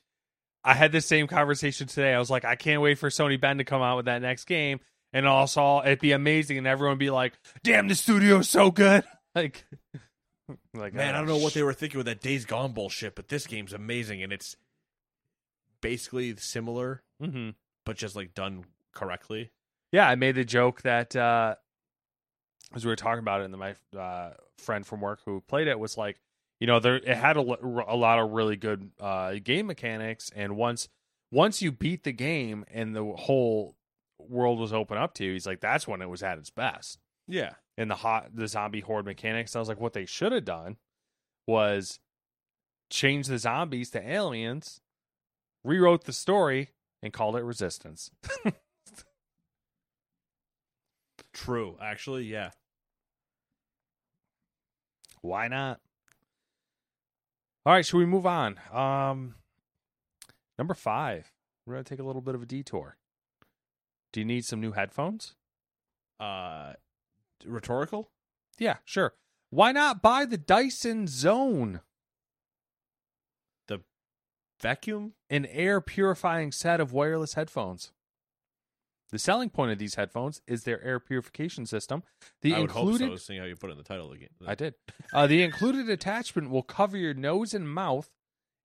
[SPEAKER 3] I had this same conversation today. I was like, I can't wait for Sony Ben to come out with that next game and also it'd be amazing and everyone would be like, damn the studio's so good. Like like
[SPEAKER 2] Man, I
[SPEAKER 3] uh,
[SPEAKER 2] don't know what
[SPEAKER 3] sh-
[SPEAKER 2] they were thinking with that Days Gone bullshit, but this game's amazing and it's basically similar,
[SPEAKER 3] Mhm.
[SPEAKER 2] but just like done correctly.
[SPEAKER 3] Yeah, I made the joke that uh as we were talking about it, and then my uh, friend from work who played it was like, you know, there it had a, lo- a lot of really good uh, game mechanics, and once once you beat the game and the whole world was open up to you, he's like, that's when it was at its best.
[SPEAKER 2] Yeah.
[SPEAKER 3] and the hot the zombie horde mechanics. I was like, what they should have done was change the zombies to aliens, rewrote the story, and called it Resistance.
[SPEAKER 2] True, actually, yeah.
[SPEAKER 3] Why not? All right, should we move on? Um, number five. We're gonna take a little bit of a detour. Do you need some new headphones?
[SPEAKER 2] Uh, rhetorical.
[SPEAKER 3] Yeah, sure. Why not buy the Dyson Zone,
[SPEAKER 2] The vacuum.
[SPEAKER 3] an air purifying set of wireless headphones? The selling point of these headphones is their air purification system. The
[SPEAKER 2] I would
[SPEAKER 3] included
[SPEAKER 2] hope so. Seeing how you put it in the title again.
[SPEAKER 3] I did. Uh, the included attachment will cover your nose and mouth,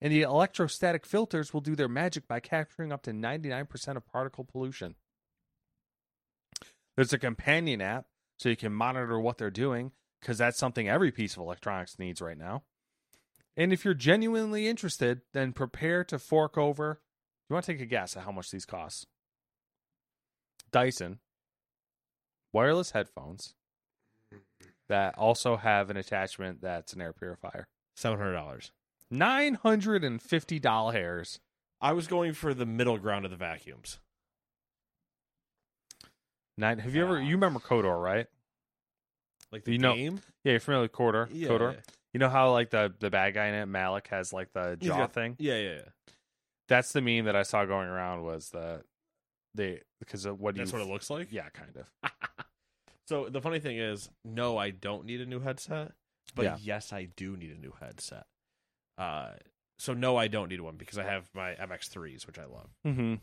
[SPEAKER 3] and the electrostatic filters will do their magic by capturing up to 99% of particle pollution. There's a companion app so you can monitor what they're doing because that's something every piece of electronics needs right now. And if you're genuinely interested, then prepare to fork over. You want to take a guess at how much these cost? Dyson wireless headphones that also have an attachment that's an air purifier.
[SPEAKER 2] Seven hundred dollars.
[SPEAKER 3] Nine hundred and fifty dollars.
[SPEAKER 2] I was going for the middle ground of the vacuums.
[SPEAKER 3] Nine. Have you ever? You remember Kodor, right?
[SPEAKER 2] Like the
[SPEAKER 3] You know-
[SPEAKER 2] game.
[SPEAKER 3] Yeah, you're familiar with Kodor.
[SPEAKER 2] Yeah,
[SPEAKER 3] Kodor.
[SPEAKER 2] yeah.
[SPEAKER 3] You know how like the the bad guy in it, Malik, has like the
[SPEAKER 2] He's
[SPEAKER 3] jaw
[SPEAKER 2] got-
[SPEAKER 3] thing.
[SPEAKER 2] Yeah, yeah, yeah.
[SPEAKER 3] That's the meme that I saw going around was the they because of what do
[SPEAKER 2] That's
[SPEAKER 3] you
[SPEAKER 2] what it looks like.
[SPEAKER 3] yeah kind of
[SPEAKER 2] So the funny thing is, no, I don't need a new headset, but
[SPEAKER 3] Yeah.
[SPEAKER 2] yes, I do need a new headset. Uh, so no, I don't need one because I have my MX3s, which I love.
[SPEAKER 3] mm-hmm.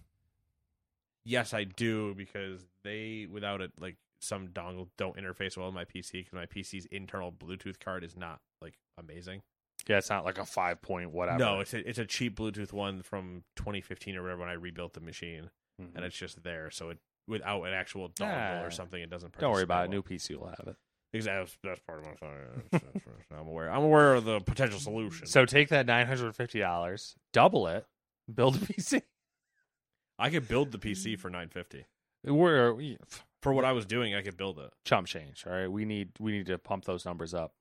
[SPEAKER 2] Yes, I do because they, without it, like some dongle don't interface well with my PC because my PC's internal Bluetooth card is not like amazing.
[SPEAKER 3] yeah it's not like a five point whatever
[SPEAKER 2] No, it's a, it's a cheap Bluetooth one from 2015 or whatever when I rebuilt the machine,
[SPEAKER 3] Mhm.
[SPEAKER 2] and it's just there. So it without an actual dongle
[SPEAKER 3] Ah.
[SPEAKER 2] or something, it doesn't.
[SPEAKER 3] don't
[SPEAKER 2] participate
[SPEAKER 3] worry about
[SPEAKER 2] well.
[SPEAKER 3] it new PC will have it
[SPEAKER 2] Exactly. That's, that's part of my thought. yeah, that's- that's- that's- I'm aware. I'm aware of the potential solution.
[SPEAKER 3] so take that nine hundred fifty dollars double it build a PC
[SPEAKER 2] I could build the PC for 950.
[SPEAKER 3] we're we,
[SPEAKER 2] For what I was doing, I could build it.
[SPEAKER 3] chump change. All right, we need we need to pump those numbers up.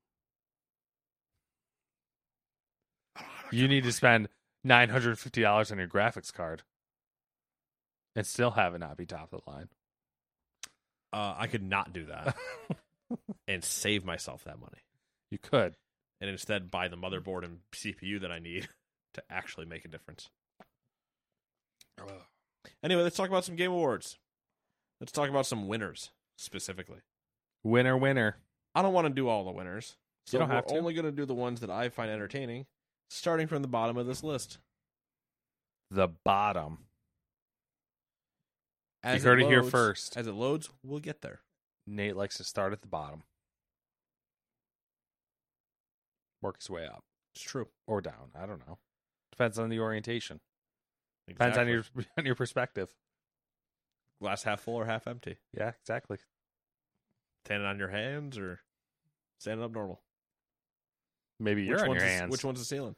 [SPEAKER 3] You need to spend nine hundred and fifty dollars on your graphics card, and still have it not be top of the line.
[SPEAKER 2] Uh, I could not do that and save myself that money,
[SPEAKER 3] You could.
[SPEAKER 2] and instead buy the motherboard and CPU that I need to actually make a difference. Anyway, let's talk about some game awards. Let's talk about some winners specifically.
[SPEAKER 3] Winner, winner.
[SPEAKER 2] I don't want to do all the winners, so
[SPEAKER 3] You don't
[SPEAKER 2] we're
[SPEAKER 3] have to.
[SPEAKER 2] only going to do the ones that I find entertaining, starting from the bottom of this list.
[SPEAKER 3] The bottom.
[SPEAKER 2] As
[SPEAKER 3] heard it here
[SPEAKER 2] loads-
[SPEAKER 3] first.
[SPEAKER 2] As it loads, we'll get there.
[SPEAKER 3] Nate likes to start at the bottom, work his way up
[SPEAKER 2] It's true.
[SPEAKER 3] or down. I don't know. Depends on the orientation. Depends
[SPEAKER 2] Exactly.
[SPEAKER 3] on your on your perspective.
[SPEAKER 2] glass half full or half empty.
[SPEAKER 3] Yeah, exactly.
[SPEAKER 2] Standing on your hands or standing up normal.
[SPEAKER 3] Maybe you're
[SPEAKER 2] which
[SPEAKER 3] on
[SPEAKER 2] one's
[SPEAKER 3] your
[SPEAKER 2] the-
[SPEAKER 3] hands.
[SPEAKER 2] Which one's the ceiling?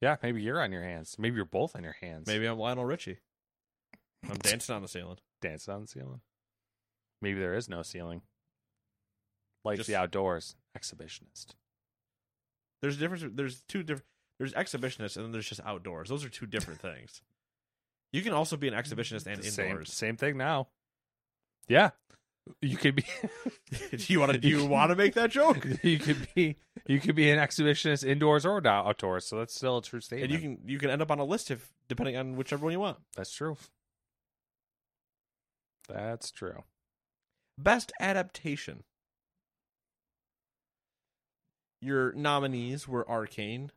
[SPEAKER 3] Yeah, maybe you're on your hands. Maybe you're both on your hands.
[SPEAKER 2] Maybe I'm Lionel Richie. I'm dancing on the ceiling.
[SPEAKER 3] dancing on the ceiling. Maybe there is no ceiling. Like
[SPEAKER 2] Just-
[SPEAKER 3] the outdoors, exhibitionist.
[SPEAKER 2] There's a difference. There's two different. There's exhibitionists and then there's just outdoors. Those are two different things. You can also be an exhibitionist and
[SPEAKER 3] The same,
[SPEAKER 2] indoors.
[SPEAKER 3] same thing now. Yeah, you could be.
[SPEAKER 2] do you want to? Do you want to make that joke?
[SPEAKER 3] you could be. You could be an exhibitionist indoors or dou- outdoors. So that's still a true statement.
[SPEAKER 2] And you can you can end up on a list if depending on whichever one you want.
[SPEAKER 3] That's true. That's true.
[SPEAKER 2] Best adaptation. Your nominees were Arcane,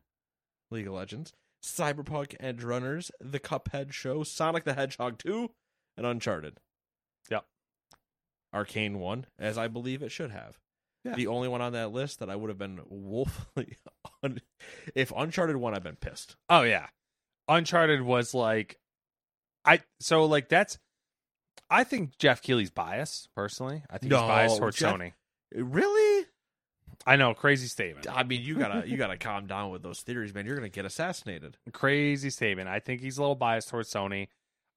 [SPEAKER 2] League of Legends, Cyberpunk Edge Runners, The Cuphead Show, Sonic the Hedgehog 2, and Uncharted.
[SPEAKER 3] Yep.
[SPEAKER 2] Arcane won, as I believe it should have.
[SPEAKER 3] Yeah.
[SPEAKER 2] The only one on that list that I would have been woefully. Un- if Uncharted won, I've been pissed.
[SPEAKER 3] Oh yeah. Uncharted was like I so like that's I think Jeff Keely's biased personally. I think
[SPEAKER 2] No,
[SPEAKER 3] he's biased towards
[SPEAKER 2] Jeff-
[SPEAKER 3] Sony.
[SPEAKER 2] Really?
[SPEAKER 3] I know, crazy statement.
[SPEAKER 2] I mean, you gotta you gotta calm down with those theories, man. You're gonna get assassinated.
[SPEAKER 3] Crazy statement. I think he's a little biased towards Sony.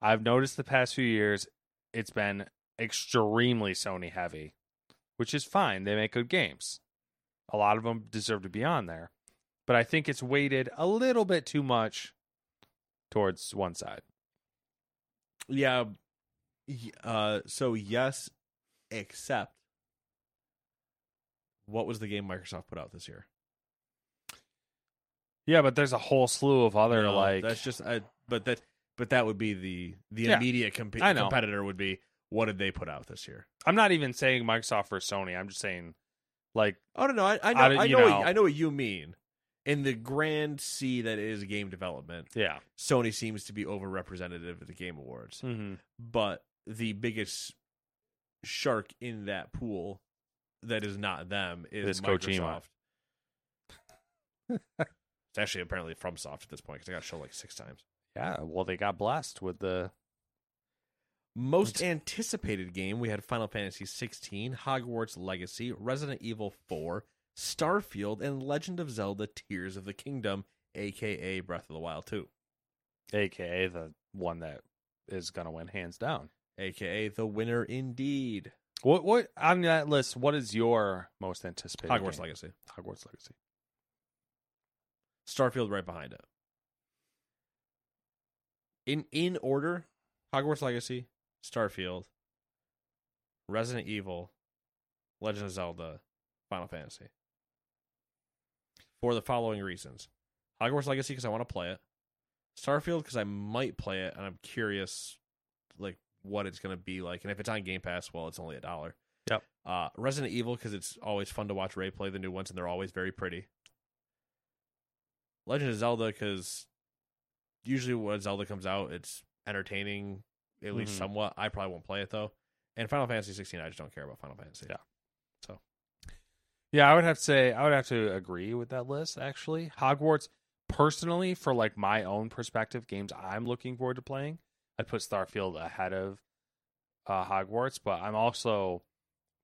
[SPEAKER 3] I've noticed the past few years it's been extremely Sony heavy. which is fine. They make good games. A lot of them deserve to be on there, but I think it's weighted a little bit too much towards one side.
[SPEAKER 2] Yeah. Y- Uh, so yes, except what was the game Microsoft put out this year?
[SPEAKER 3] Yeah, but there's a whole slew of other
[SPEAKER 2] No,
[SPEAKER 3] like
[SPEAKER 2] Uh, that's just I, but that but that would be the the
[SPEAKER 3] Yeah.
[SPEAKER 2] immediate comp-
[SPEAKER 3] I know.
[SPEAKER 2] competitor would be what did they put out this year?
[SPEAKER 3] I'm not even saying Microsoft or Sony. I'm just saying like
[SPEAKER 2] Oh no, no, I, I know,
[SPEAKER 3] I
[SPEAKER 2] I,
[SPEAKER 3] don't- you
[SPEAKER 2] know, what-
[SPEAKER 3] know.
[SPEAKER 2] I know what you mean. In the grand sea that is game development,
[SPEAKER 3] yeah.
[SPEAKER 2] Sony seems to be overrepresentative at the Game Awards,
[SPEAKER 3] Mm-hmm.
[SPEAKER 2] but the biggest shark in that pool that is not them is
[SPEAKER 3] Is Kojima.
[SPEAKER 2] Microsoft. it's actually apparently from Soft at this point because I got show like six times.
[SPEAKER 3] Yeah, well they got blessed with the
[SPEAKER 2] Most anticipated game we had Final Fantasy 16, Hogwarts Legacy, Resident Evil 4, Starfield, and Legend of Zelda: Tears of the Kingdom, aka Breath of the Wild 2,
[SPEAKER 3] AKA the one that is gonna win hands down.
[SPEAKER 2] aka the winner indeed.
[SPEAKER 3] What what on that list? What is your most anticipated?
[SPEAKER 2] Hogwarts
[SPEAKER 3] game?
[SPEAKER 2] Legacy,
[SPEAKER 3] Hogwarts Legacy.
[SPEAKER 2] Starfield right behind it. In in order, Hogwarts Legacy, Starfield, Resident Evil, Legend of Zelda, Final Fantasy. For the following reasons. Hogwarts Legacy because I want to play it. Starfield because I might play it and I'm curious like what it's going to be like and if it's on Game Pass, well, it's only a dollar.
[SPEAKER 3] Yep.
[SPEAKER 2] Uh, Resident Evil because it's always fun to watch Ray play the new ones and they're always very pretty. Legend of Zelda because usually when Zelda comes out, it's entertaining at least
[SPEAKER 3] Mhm.
[SPEAKER 2] somewhat. I probably won't play it though. And Final Fantasy 16, I just don't care about Final Fantasy.
[SPEAKER 3] Yeah. Yeah, I would have to say I would have to agree with that list. Actually, Hogwarts personally, for like my own perspective, games I'm looking forward to playing, I'd put Starfield ahead of uh, Hogwarts. But I'm also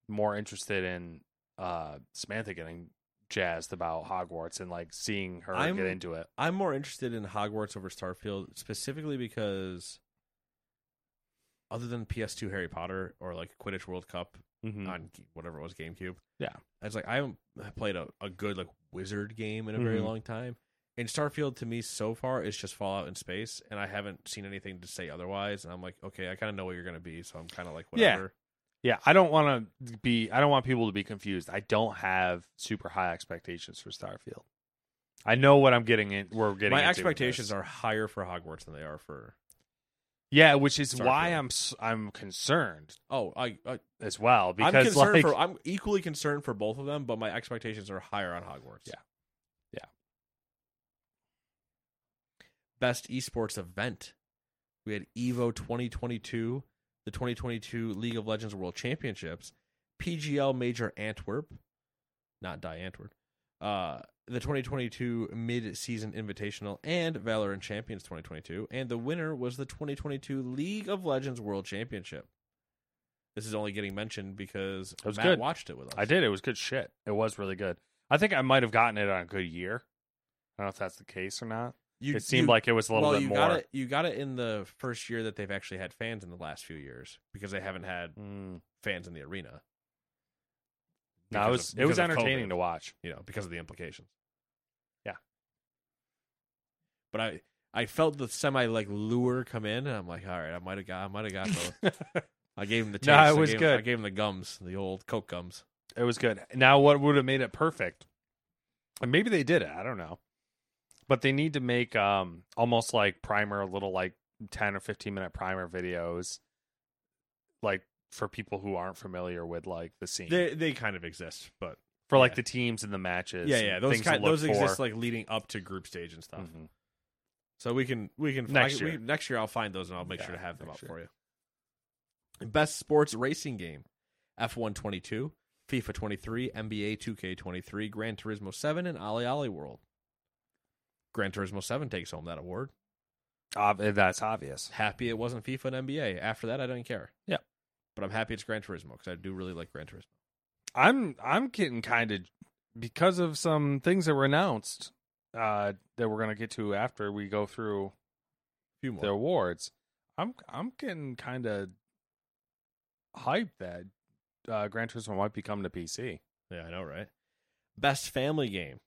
[SPEAKER 3] more interested in uh, Samantha getting jazzed about Hogwarts and like seeing her
[SPEAKER 2] I'm-
[SPEAKER 3] get into it.
[SPEAKER 2] I'm more interested in Hogwarts over Starfield specifically because other than PS2 Harry Potter or like Quidditch World Cup
[SPEAKER 3] Mhm.
[SPEAKER 2] on G- whatever it was GameCube.
[SPEAKER 3] Yeah.
[SPEAKER 2] I was like I haven't played a, a good like wizard game in a very
[SPEAKER 3] Mhm.
[SPEAKER 2] long time. And Starfield to me so far is just Fallout in space and I haven't seen anything to say otherwise and I'm like okay, I kind of know what you're going to be, so I'm kind of like
[SPEAKER 3] Yeah.
[SPEAKER 2] whatever.
[SPEAKER 3] Yeah, I don't want to be. I don't want people to be confused. I don't have super high expectations for Starfield. I know what I'm getting in. We're getting.
[SPEAKER 2] My
[SPEAKER 3] into with
[SPEAKER 2] expectations
[SPEAKER 3] this.
[SPEAKER 2] are higher for Hogwarts than they are for
[SPEAKER 3] Yeah, which is why
[SPEAKER 2] Starfield.
[SPEAKER 3] I'm s- I'm concerned
[SPEAKER 2] Oh, I, I
[SPEAKER 3] as well because
[SPEAKER 2] I'm concerned
[SPEAKER 3] like
[SPEAKER 2] for I'm equally concerned for both of them, but my expectations are higher on Hogwarts.
[SPEAKER 3] Yeah. Yeah.
[SPEAKER 2] Best esports event. We had Evo 2022, the 2022 League of Legends World Championships, PGL Major Antwerp, not Die Antwerp. Uh, the 2022 mid-season invitational and Valorant Champions 2022, and the winner was the 2022 League of Legends World Championship. This is only getting mentioned because
[SPEAKER 3] was
[SPEAKER 2] Matt
[SPEAKER 3] good.
[SPEAKER 2] watched it with us.
[SPEAKER 3] I did. It was good shit. It was really good. I think I might have gotten it on a good year. I don't know if that's the case or not.
[SPEAKER 2] You,
[SPEAKER 3] it seemed
[SPEAKER 2] you-
[SPEAKER 3] like it was a little
[SPEAKER 2] well,
[SPEAKER 3] bit
[SPEAKER 2] you
[SPEAKER 3] more.
[SPEAKER 2] Got it, you got it in the first year that they've actually had fans in the last few years because they haven't had
[SPEAKER 3] Mm.
[SPEAKER 2] fans in the arena.
[SPEAKER 3] No, it
[SPEAKER 2] Hmm. Because
[SPEAKER 3] was
[SPEAKER 2] of-
[SPEAKER 3] it was
[SPEAKER 2] because of
[SPEAKER 3] entertaining
[SPEAKER 2] COVID.
[SPEAKER 3] to watch.
[SPEAKER 2] you know, because of the implications.
[SPEAKER 3] Yeah.
[SPEAKER 2] But I I felt the semi like lure come in, and I'm like, all right, I might have got, I might have got the. I gave him the taste.
[SPEAKER 3] No, it
[SPEAKER 2] I
[SPEAKER 3] was
[SPEAKER 2] gave-
[SPEAKER 3] good.
[SPEAKER 2] I gave him the gums, the old Coke gums.
[SPEAKER 3] It was good. Now, what would have made it perfect? And maybe they did it. I don't know. But they need to make um almost like primer, little like ten or fifteen minute primer videos, like for people who aren't familiar with like the scene
[SPEAKER 2] They they kind of exist, but
[SPEAKER 3] for like
[SPEAKER 2] yeah.
[SPEAKER 3] the teams and the matches.
[SPEAKER 2] yeah,
[SPEAKER 3] and
[SPEAKER 2] yeah, those
[SPEAKER 3] things to
[SPEAKER 2] kind,
[SPEAKER 3] look
[SPEAKER 2] those exist
[SPEAKER 3] for.
[SPEAKER 2] like leading up to group stage and stuff.
[SPEAKER 3] Mhm.
[SPEAKER 2] So we can we can
[SPEAKER 3] Next
[SPEAKER 2] I can- we-
[SPEAKER 3] year.
[SPEAKER 2] next year I'll find those and I'll make
[SPEAKER 3] Yeah,
[SPEAKER 2] sure to have them up
[SPEAKER 3] next
[SPEAKER 2] for you. Best sports racing game: F one twenty two, FIFA twenty three, NBA two K twenty three, Gran Turismo seven, and Ali Ali World. Gran Turismo seven takes home that award.
[SPEAKER 3] Ob- eh, that's obvious.
[SPEAKER 2] Happy it wasn't FIFA and NBA. After that, I didn't care.
[SPEAKER 3] Yeah.
[SPEAKER 2] but I'm happy it's Gran Turismo because I do really like Gran Turismo.
[SPEAKER 3] I'm I'm getting kind of because of some things that were announced uh that we're gonna get to after we go through
[SPEAKER 2] few
[SPEAKER 3] the
[SPEAKER 2] more.
[SPEAKER 3] awards. I'm I'm getting kind of hyped that uh, Gran Turismo might be coming to PC.
[SPEAKER 2] Yeah, I know, right? Best family game.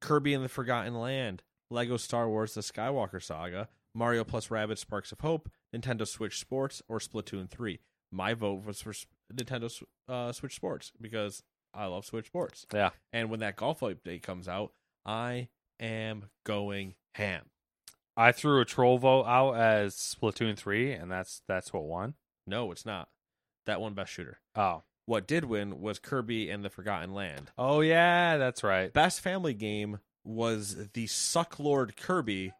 [SPEAKER 2] Kirby and the Forgotten Land, Lego Star Wars The Skywalker Saga, Mario plus Rabbit Sparks of Hope, Nintendo Switch Sports, or Splatoon 3. My vote was for S- Nintendo S- uh, Switch Sports because I love Switch Sports.
[SPEAKER 3] Yeah.
[SPEAKER 2] And when that golf update comes out, I am going ham.
[SPEAKER 3] I threw a troll vote out as Splatoon three, and that's that's what won.
[SPEAKER 2] No, it's not. That one best shooter.
[SPEAKER 3] Oh,
[SPEAKER 2] What did win was Kirby and the Forgotten Land.
[SPEAKER 3] oh yeah, that's right.
[SPEAKER 2] Best family game was the Suck Lord Kirby,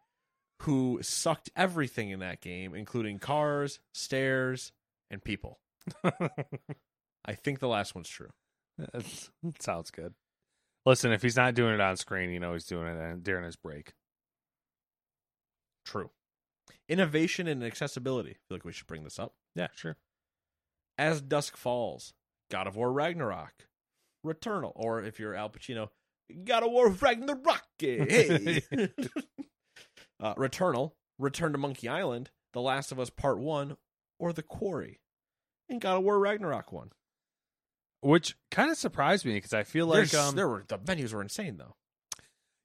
[SPEAKER 2] who sucked everything in that game, including cars, stairs, and people. I think the last one's true.
[SPEAKER 3] That's- that sounds good. Listen, if he's not doing it on screen, you know he's doing it uh, during his break.
[SPEAKER 2] True. Innovation and accessibility. I feel like we should bring this up.
[SPEAKER 3] Yeah, sure.
[SPEAKER 2] As Dusk Falls, God of War Ragnarok, Returnal, or if you're Al Pacino, God of War Ragnarok. Hey. uh, Returnal, Return to Monkey Island, The Last of Us Part 1, or The Quarry. And God of War Ragnarok 1.
[SPEAKER 3] Which kind of surprised me because I feel like
[SPEAKER 2] There's-
[SPEAKER 3] um,
[SPEAKER 2] there were the menus were insane though.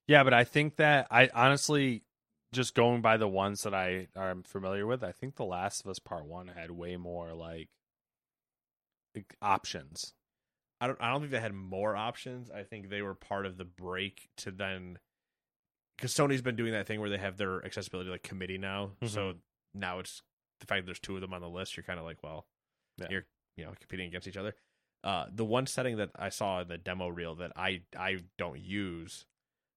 [SPEAKER 3] yeah, but I think that I honestly just going by the ones that I am familiar with, I think The Last of Us Part One had way more like like, options.
[SPEAKER 2] I don't I don't think they had more options. I think they were part of the break to then because Sony's been doing that thing where they have their accessibility like committee now. So now it's the fact that there's two of them on the list. You're kind of like, well,
[SPEAKER 3] Yeah.
[SPEAKER 2] you're you know competing against each other. Uh, the one setting that I saw in the demo reel that I I don't use,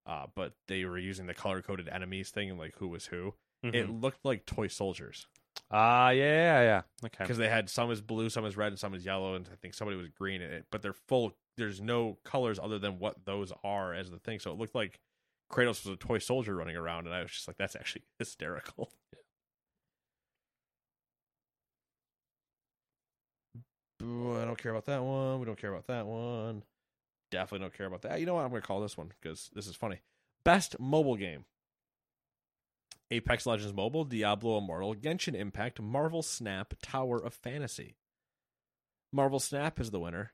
[SPEAKER 2] uh, but they were using the color coded enemies thing and like who was who. It looked like toy soldiers.
[SPEAKER 3] Ah, yeah, yeah, yeah. Okay.
[SPEAKER 2] because they had some is blue, some is red, and some is yellow, and I think somebody was green. In it, but they're full. There's no colors other than what those are as the thing. So it looked like Kratos was a toy soldier running around, and I was just like, that's actually hysterical. Ooh, I don't care about that one. We don't care about that one. Definitely don't care about that. You know what? I'm going to call this one because this is funny. Best mobile game. Apex Legends Mobile, Diablo Immortal, Genshin Impact, Marvel Snap, Tower of Fantasy. Marvel Snap is the winner.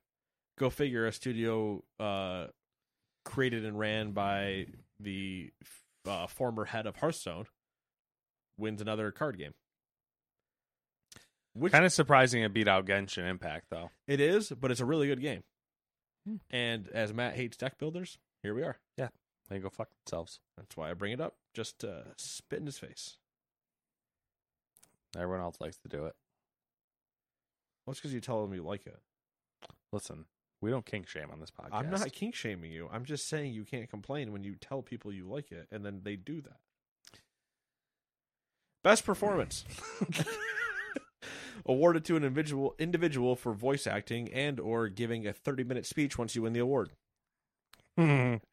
[SPEAKER 2] Go figure, a studio uh, created and ran by the uh, former head of Hearthstone wins another card game. Which
[SPEAKER 3] Kind of surprising it beat out Genshin Impact though.
[SPEAKER 2] it is, but it's a really good game. And as Matt hates deck builders, here we are.
[SPEAKER 3] They go fuck themselves.
[SPEAKER 2] That's why I bring it up, just to spit in his face.
[SPEAKER 3] Everyone else likes to do it.
[SPEAKER 2] Well, it's because you tell him you like it.
[SPEAKER 3] Listen, we don't kink shame on this podcast.
[SPEAKER 2] I'm not kink shaming you. I'm just saying you can't complain when you tell people you like it and then they do that. Best performance. Awarded to an individual individual for voice acting and or giving a 30-minute speech once you win the award.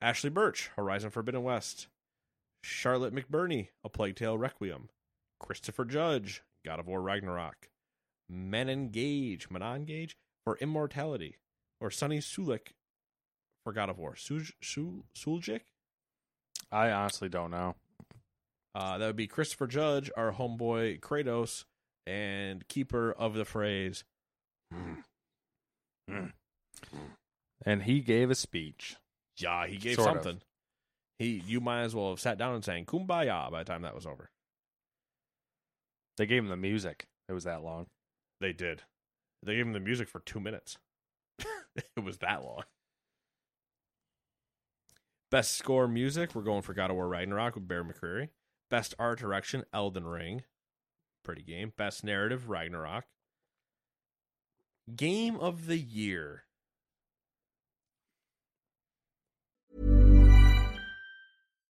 [SPEAKER 2] Ashley Birch, Horizon Forbidden West. Charlotte McBurney, A Plague Tale Requiem. Christopher Judge, God of War Ragnarok. Menon Gage, Menon Gage, for Immortality. Or Sonny Sulik for God of War. Suj- Su- Suljik?
[SPEAKER 3] I honestly don't know.
[SPEAKER 2] Uh, that would be Christopher Judge, our homeboy Kratos, and keeper of the phrase.
[SPEAKER 3] And he gave a speech.
[SPEAKER 2] Yeah, he gave
[SPEAKER 3] Sort of.
[SPEAKER 2] something. He, you might as well have sat down and sang "Kumbaya" by the time that was over.
[SPEAKER 3] They gave him the music. It was that long.
[SPEAKER 2] They did. They gave him the music for two minutes. it was that long. Best score music, we're going for God of War Ragnarok with Bear McCreary. Best art direction, Elden Ring. Pretty game. Best narrative, Ragnarok. Game of the year.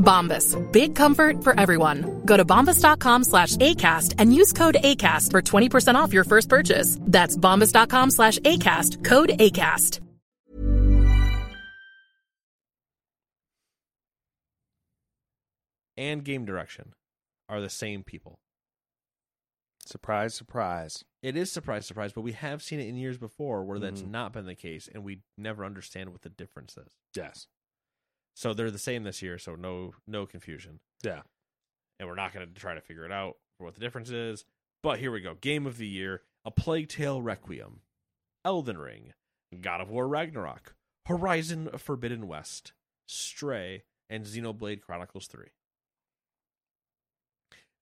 [SPEAKER 4] Bombas. Big comfort for everyone. Go to bombas.com slash ACAST and use code ACAST for 20% off your first purchase. That's bombas.com slash ACAST. Code ACAST.
[SPEAKER 2] and game direction are the same people.
[SPEAKER 3] Surprise, surprise.
[SPEAKER 2] It is surprise, surprise, but we have seen it in years before where that's
[SPEAKER 3] Mhm.
[SPEAKER 2] not been the case, and we never understand what the difference is.
[SPEAKER 3] Yes.
[SPEAKER 2] So they're the same this year, so no no confusion.
[SPEAKER 3] Yeah.
[SPEAKER 2] And we're not going to try to figure it out for what the difference is. But here we go. Game of the year: A Plague Tale Requiem, Elden Ring, God of War Ragnarok, Horizon Forbidden West, Stray, and Xenoblade Chronicles 3.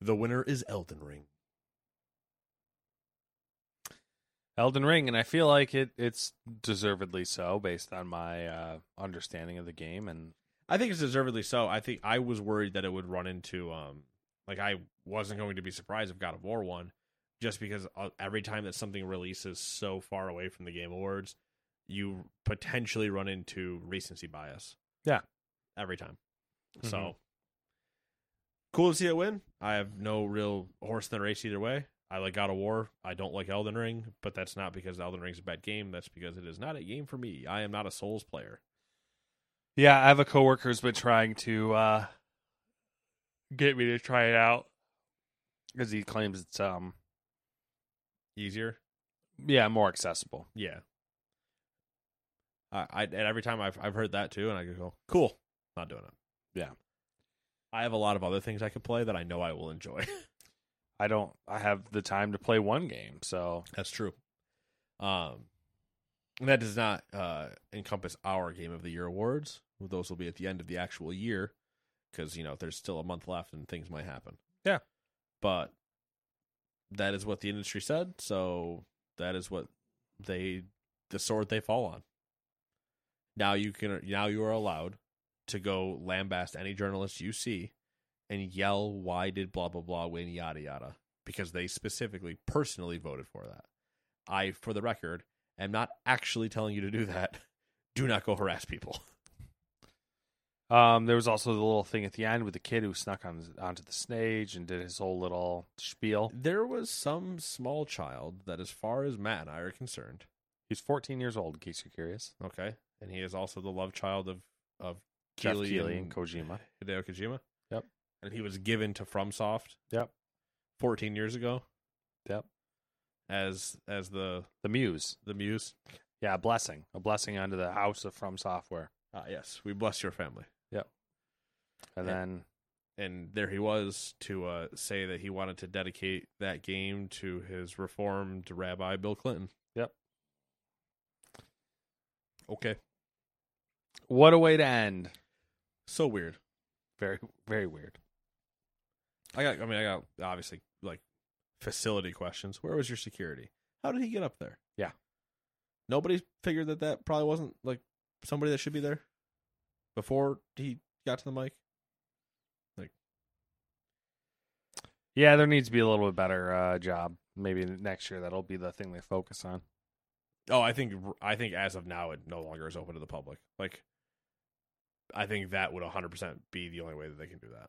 [SPEAKER 2] The winner is Elden Ring.
[SPEAKER 3] Elden Ring, and I feel like it it's deservedly so based on my uh understanding of the game and
[SPEAKER 2] I think it's deservedly so. I think I was worried that it would run into um like I wasn't going to be surprised if God of War won just because uh, every time that something releases so far away from the game awards, you potentially run into recency bias.
[SPEAKER 3] Yeah.
[SPEAKER 2] Every time. So cool to see it win. I have no real horse in the race either way. I like God of War. I don't like Elden Ring, but that's not because Elden Ring's a bad game. That's because it is not a game for me. I am not a Souls player.
[SPEAKER 3] Yeah, I have a coworker who's been trying to uh get me to try it out cuz he claims it's um
[SPEAKER 2] Easier.
[SPEAKER 3] yeah, more accessible.
[SPEAKER 2] Yeah. I, I and every time I've I've heard that too, and I go, cool, not doing it.
[SPEAKER 3] Yeah.
[SPEAKER 2] I have a lot of other things I could play that I know I will enjoy.
[SPEAKER 3] I don't I have the time to play one game, so
[SPEAKER 2] That's true. Um, and that does not uh, encompass our Game of the Year awards. Those will be at the end of the actual year because, you know, there's still a month left and things might happen.
[SPEAKER 3] Yeah.
[SPEAKER 2] But that is what the industry said. So that is what they, the sword they fall on. Now you can, now you are allowed to go lambaste any journalist you see and yell, why did blah, blah, blah win, yada, yada because they specifically personally voted for that. I, for the record, am not actually telling you to do that. Do not go harass people.
[SPEAKER 3] um there was also the little thing at the end with the kid who snuck on onto the stage and did his whole little spiel.
[SPEAKER 2] There was some small child that, as far as Matt and I are concerned,
[SPEAKER 3] He's 14 years old in case you're curious.
[SPEAKER 2] okay, and he is also the love child of of
[SPEAKER 3] Jeff
[SPEAKER 2] Keighley,
[SPEAKER 3] Keighley
[SPEAKER 2] and
[SPEAKER 3] and Kojima.
[SPEAKER 2] Hideo Kojima.
[SPEAKER 3] Yep.
[SPEAKER 2] and he was given to FromSoft.
[SPEAKER 3] Yep.
[SPEAKER 2] 14 years ago
[SPEAKER 3] Yep.
[SPEAKER 2] as as the
[SPEAKER 3] The Muse.
[SPEAKER 2] the muse.
[SPEAKER 3] Yeah, a blessing. A blessing onto the house of From Software.
[SPEAKER 2] Ah, yes, we bless your family.
[SPEAKER 3] And
[SPEAKER 2] Yeah.
[SPEAKER 3] then
[SPEAKER 2] and there he was to uh, say that he wanted to dedicate that game to his reformed rabbi Bill Clinton.
[SPEAKER 3] Yep.
[SPEAKER 2] Okay.
[SPEAKER 3] what a way to end.
[SPEAKER 2] So weird.
[SPEAKER 3] Very very weird.
[SPEAKER 2] I got. I mean, I got obviously like facility questions. Where was your security? How did he get up there?
[SPEAKER 3] Yeah.
[SPEAKER 2] Nobody figured that that probably wasn't like somebody that should be there before he got to the mic.
[SPEAKER 3] Yeah, there needs to be a little bit better uh, job. Maybe next year that'll be the thing they focus on.
[SPEAKER 2] Oh, I think I think as of now, it no longer is open to the public. Like I think that would 100% be the only way that they can do that.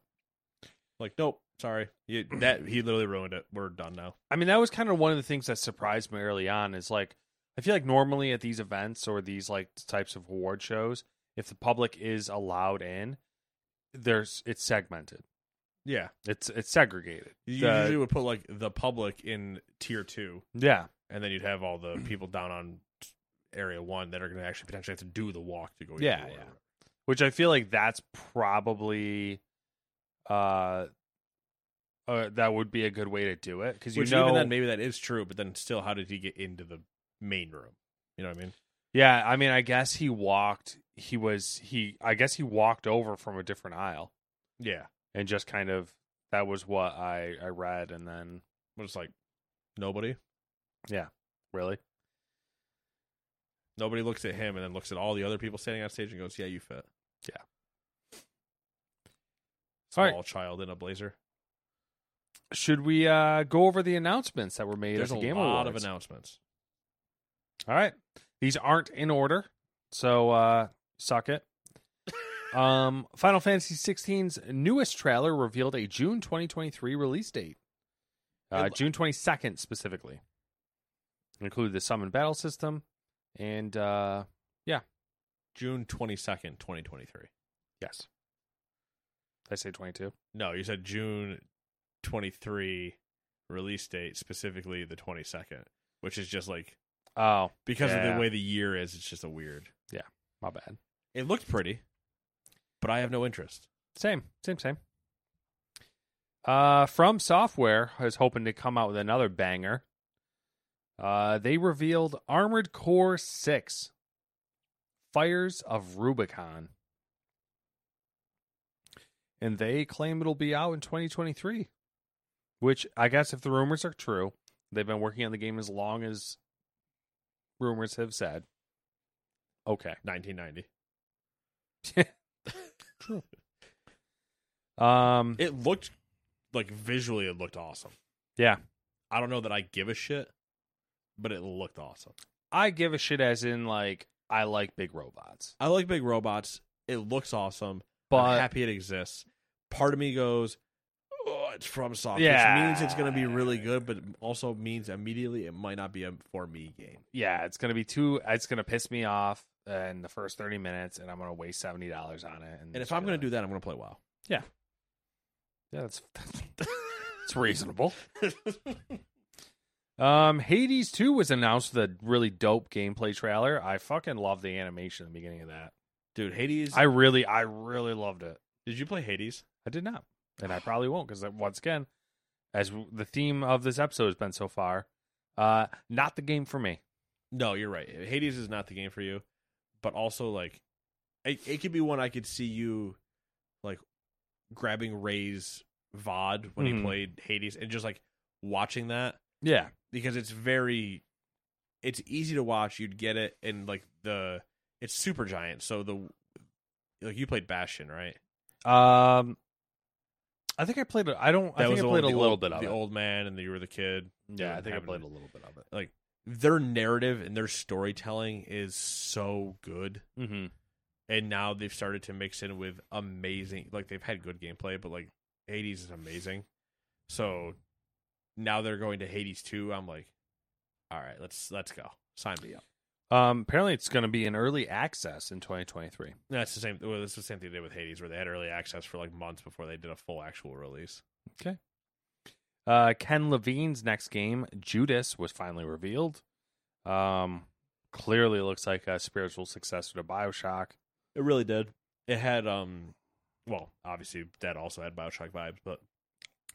[SPEAKER 2] Like, nope, sorry. You, that he literally ruined it. We're done now.
[SPEAKER 3] I mean, that was kind of one of the things that surprised me early on is like, I feel like normally at these events or these like types of award shows, if the public is allowed in, there's it's segmented.
[SPEAKER 2] Yeah.
[SPEAKER 3] It's it's segregated.
[SPEAKER 2] You
[SPEAKER 3] The-
[SPEAKER 2] usually would put like the public in tier 2
[SPEAKER 3] yeah.
[SPEAKER 2] and then you'd have all the people down on area 1 that are going to actually potentially have to do the walk to go
[SPEAKER 3] Yeah,
[SPEAKER 2] either way.
[SPEAKER 3] yeah. Which I feel like that's probably uh, uh that would be a good way to do it because you
[SPEAKER 2] Which
[SPEAKER 3] know
[SPEAKER 2] even then maybe that is true, but then still how did he get into the main room? You know what I mean?
[SPEAKER 3] Yeah, I mean, I guess he walked. He was he. I guess he walked over from a different aisle
[SPEAKER 2] Yeah.
[SPEAKER 3] and just kind of. That was what I I read, and then
[SPEAKER 2] But it's like nobody
[SPEAKER 3] really,
[SPEAKER 2] nobody looks at him and then looks at all the other people standing on stage and goes, "Yeah, you fit."
[SPEAKER 3] Yeah. All
[SPEAKER 2] Small
[SPEAKER 3] right.
[SPEAKER 2] child in a blazer.
[SPEAKER 3] should we uh go over the announcements that were made?
[SPEAKER 2] There's
[SPEAKER 3] at
[SPEAKER 2] a
[SPEAKER 3] the game
[SPEAKER 2] lot of
[SPEAKER 3] Awards?
[SPEAKER 2] announcements.
[SPEAKER 3] All right, these aren't in order, so uh suck it. um, Final Fantasy XVI's newest trailer revealed a June 2023 release date. Uh,
[SPEAKER 2] Good
[SPEAKER 3] June 22nd specifically. Include the summon battle system and uh
[SPEAKER 2] June twenty second, twenty twenty three.
[SPEAKER 3] Yes. Did I say 22?
[SPEAKER 2] No, you said June twenty three release date, specifically the twenty second, which is just like
[SPEAKER 3] Oh,
[SPEAKER 2] because of
[SPEAKER 3] Yeah.
[SPEAKER 2] the way the year is, it's just a weird.
[SPEAKER 3] my bad.
[SPEAKER 2] It looked pretty, but I have no interest.
[SPEAKER 3] Same, same, same. Uh, From Software is hoping to come out with another banger. Uh, they revealed Armored Core 6 Fires of Rubicon. And they claim it'll be out in 2023, which I guess if the rumors are true, they've been working on the game as long as rumors have said. Okay.
[SPEAKER 2] Nineteen ninety.
[SPEAKER 3] True. Um.
[SPEAKER 2] It looked like visually, it looked awesome.
[SPEAKER 3] yeah,
[SPEAKER 2] I don't know that I give a shit, but it looked awesome.
[SPEAKER 3] I give a shit as in like I like big robots,
[SPEAKER 2] I like big robots. It looks awesome. But I'm
[SPEAKER 3] but
[SPEAKER 2] happy it exists. Part of me goes, "Oh, it's from software,
[SPEAKER 3] Yeah.
[SPEAKER 2] which means it's going to be really good, but also means immediately it might not be a for me game."
[SPEAKER 3] yeah, it's gonna be too. It's gonna piss me off in the first thirty minutes, and I'm gonna waste seventy dollars on it. And,
[SPEAKER 2] And if I'm going to do that, I'm going to play WoW.
[SPEAKER 3] yeah, that's it's reasonable. Um, Hades two was announced with a really dope gameplay trailer. I fucking love the animation in the beginning of that.
[SPEAKER 2] Dude, Hades.
[SPEAKER 3] I really, I really loved it.
[SPEAKER 2] did you play Hades?
[SPEAKER 3] I did not, and I probably won't because once again, as w- the theme of this episode has been so far, uh, not the game for me.
[SPEAKER 2] No, you're right. Hades is not the game for you, but also like, it, it could be one I could see you like grabbing Ray's VOD when
[SPEAKER 3] Mhm.
[SPEAKER 2] he played Hades and just like watching that
[SPEAKER 3] Yeah,
[SPEAKER 2] because it's very it's easy to watch you'd get it and like the it's super giant so the like you played bastion right
[SPEAKER 3] Um, I think I played. A, I don't. I think
[SPEAKER 2] the
[SPEAKER 3] I played
[SPEAKER 2] one-
[SPEAKER 3] a
[SPEAKER 2] the
[SPEAKER 3] little
[SPEAKER 2] old-
[SPEAKER 3] bit of
[SPEAKER 2] the
[SPEAKER 3] it.
[SPEAKER 2] old man and the, you were the kid
[SPEAKER 3] yeah, I think I
[SPEAKER 2] Having-
[SPEAKER 3] played a little bit of it.
[SPEAKER 2] like their narrative and their storytelling is so good
[SPEAKER 3] Mm-hmm.
[SPEAKER 2] and now they've started to mix in with amazing like they've had good gameplay but like hades is amazing so now they're going to hades 2 i'm like all right let's let's go sign me up
[SPEAKER 3] Um, apparently it's going to be in early access in 2023.
[SPEAKER 2] That's the same. Well, that's the same thing they did with Hades, where they had early access for like months before they did a full actual release.
[SPEAKER 3] Uh, Ken Levine's next game, Judas, was finally revealed. Um, clearly looks like a spiritual successor to Bioshock.
[SPEAKER 2] It really did. It had, um, well, obviously that also had Bioshock vibes, but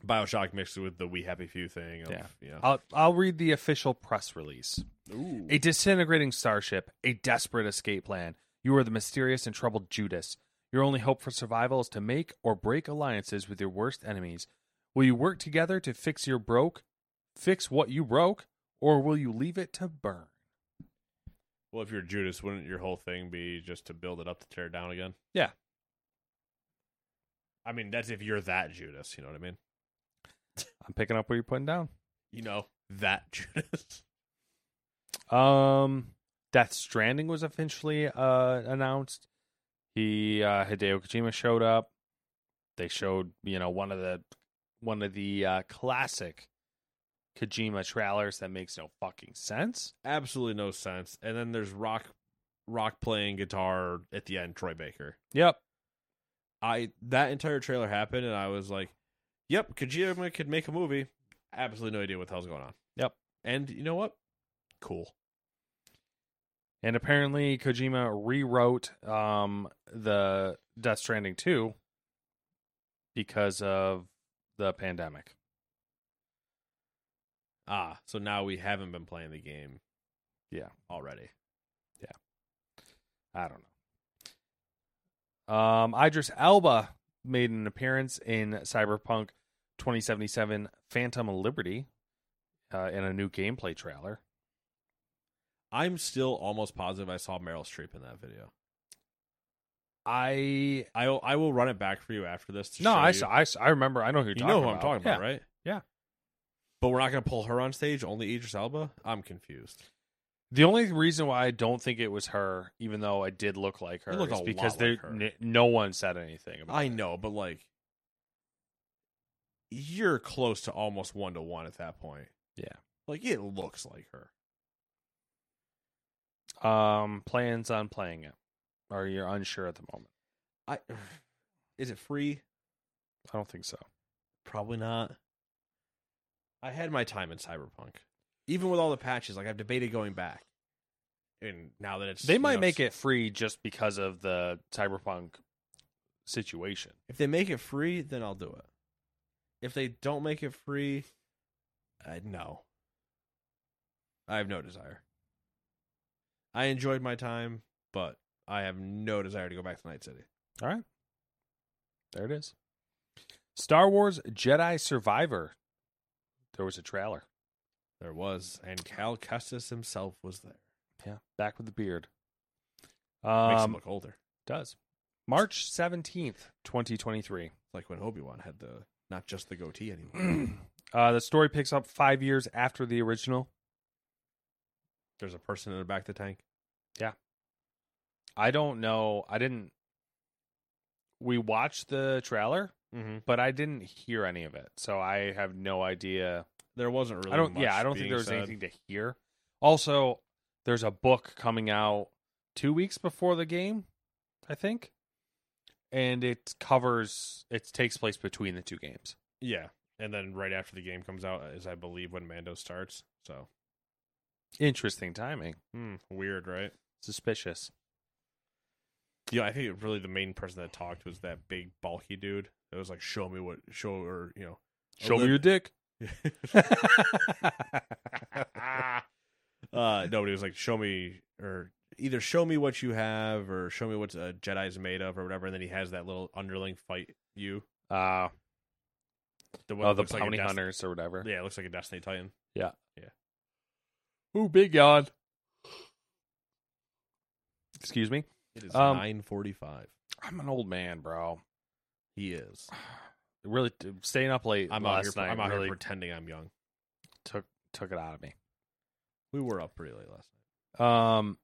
[SPEAKER 2] Bioshock mixed with the We Happy Few thing. Of,
[SPEAKER 3] Yeah.
[SPEAKER 2] you know.
[SPEAKER 3] I'll I'll read the official press release.
[SPEAKER 2] Ooh.
[SPEAKER 3] A disintegrating starship, a desperate escape plan. You are the mysterious and troubled Judas. Your only hope for survival is to make or break alliances with your worst enemies. Will you work together to fix your broke, fix what you broke, or will you leave it to burn?
[SPEAKER 2] Well, if you're Judas, wouldn't your whole thing be just to build it up to tear it down again?
[SPEAKER 3] Yeah.
[SPEAKER 2] I mean, that's if you're that Judas. You know what I mean?
[SPEAKER 3] I'm picking up what you're putting down.
[SPEAKER 2] You know that Judas.
[SPEAKER 3] Um, Death Stranding was officially uh, announced. He uh, Hideo Kojima showed up. They showed you know one of the one of the uh, classic Kojima trailers that makes no fucking sense.
[SPEAKER 2] Absolutely no sense. And then there's rock, rock playing guitar at the end. Troy Baker.
[SPEAKER 3] Yep.
[SPEAKER 2] I that entire trailer happened, and I was like, "Yep, Kojima could make a movie." Absolutely no idea what the hell's going on.
[SPEAKER 3] Yep.
[SPEAKER 2] And you know what? Cool.
[SPEAKER 3] And apparently Kojima rewrote um, the Death Stranding 2 because of the pandemic.
[SPEAKER 2] Ah, so now we haven't been playing the game
[SPEAKER 3] Yeah.
[SPEAKER 2] already.
[SPEAKER 3] I don't know. Um, Idris Elba made an appearance in Cyberpunk 2077 Phantom Liberty uh, in a new gameplay trailer.
[SPEAKER 2] I'm still almost positive I saw Meryl Streep in that video.
[SPEAKER 3] I
[SPEAKER 2] I will- I will run it back for you after this. To
[SPEAKER 3] no,
[SPEAKER 2] show
[SPEAKER 3] I,
[SPEAKER 2] you.
[SPEAKER 3] saw, I saw- I remember. I know who you're
[SPEAKER 2] You
[SPEAKER 3] talking
[SPEAKER 2] know who
[SPEAKER 3] about.
[SPEAKER 2] I'm talking about,
[SPEAKER 3] Yeah.
[SPEAKER 2] right?
[SPEAKER 3] Yeah.
[SPEAKER 2] But we're not going to pull her on stage. Only Idris Elba. I'm confused.
[SPEAKER 3] The only reason why I don't think it was her, even though I did look like her,
[SPEAKER 2] You look
[SPEAKER 3] is
[SPEAKER 2] a
[SPEAKER 3] because
[SPEAKER 2] lot
[SPEAKER 3] there
[SPEAKER 2] like her.
[SPEAKER 3] n- no one said anything about.
[SPEAKER 2] I
[SPEAKER 3] it.
[SPEAKER 2] know, but like, you're close to almost one to one at that point.
[SPEAKER 3] Yeah.
[SPEAKER 2] Like it looks like her.
[SPEAKER 3] Um, plans on playing it, or you're unsure at the moment.
[SPEAKER 2] I is it free?
[SPEAKER 3] I don't think so.
[SPEAKER 2] Probably not. I had my time in Cyberpunk, even with all the patches. Like I've debated going back, and now that it's
[SPEAKER 3] They might
[SPEAKER 2] you know,
[SPEAKER 3] make it free just because of the cyberpunk situation.
[SPEAKER 2] If they make it free, then I'll do it. If they don't make it free, uh, no. I have no desire. I enjoyed my time, but I have no desire to go back to Night City.
[SPEAKER 3] All right, there it is. Star Wars Jedi Survivor. There was a trailer.
[SPEAKER 2] There was, and Cal Kestis himself was there.
[SPEAKER 3] Yeah, back with the beard.
[SPEAKER 2] Makes him
[SPEAKER 3] Um,
[SPEAKER 2] look older.
[SPEAKER 3] does March seventeenth, twenty twenty three.
[SPEAKER 2] Like when Obi Wan had the not just the goatee anymore.
[SPEAKER 3] uh, the story picks up five years after the original.
[SPEAKER 2] There's a person in the back of the tank.
[SPEAKER 3] I don't know. I didn't. We watched the trailer,
[SPEAKER 2] Mm-hmm.
[SPEAKER 3] but I didn't hear any of it, so I have no idea.
[SPEAKER 2] There wasn't really.
[SPEAKER 3] I don't.
[SPEAKER 2] Much
[SPEAKER 3] Yeah, I don't
[SPEAKER 2] being
[SPEAKER 3] think there was
[SPEAKER 2] said.
[SPEAKER 3] anything to hear. Also, there's a book coming out two weeks before the game, I think, and it covers. It takes place between the two games.
[SPEAKER 2] Yeah, and then right after the game comes out is I believe when Mando starts. So
[SPEAKER 3] Interesting timing.
[SPEAKER 2] hmm, weird, right?
[SPEAKER 3] Suspicious.
[SPEAKER 2] Yeah, I think really the main person that talked was that big bulky dude. It was like, show me what, show or you know,
[SPEAKER 3] Show me
[SPEAKER 2] Olivia-
[SPEAKER 3] your dick.
[SPEAKER 2] uh, nobody was like, show me or either show me what you have or show me what a Jedi's made of or whatever. And then he has that little underling fight you.
[SPEAKER 3] Uh,
[SPEAKER 2] The one
[SPEAKER 3] oh,
[SPEAKER 2] that
[SPEAKER 3] the
[SPEAKER 2] looks like a
[SPEAKER 3] bounty
[SPEAKER 2] Dest-
[SPEAKER 3] hunters or whatever.
[SPEAKER 2] Yeah, it looks like a Destiny Titan.
[SPEAKER 3] Ooh, big yawn. Excuse me.
[SPEAKER 2] It is
[SPEAKER 3] Um,
[SPEAKER 2] nine forty five.
[SPEAKER 3] I'm an old man, bro.
[SPEAKER 2] He is.
[SPEAKER 3] Really, t- staying up late
[SPEAKER 2] I'm out here.
[SPEAKER 3] last night
[SPEAKER 2] I'm out
[SPEAKER 3] really
[SPEAKER 2] here pretending I'm young.
[SPEAKER 3] took took it out of me.
[SPEAKER 2] We were up pretty late last
[SPEAKER 3] Um,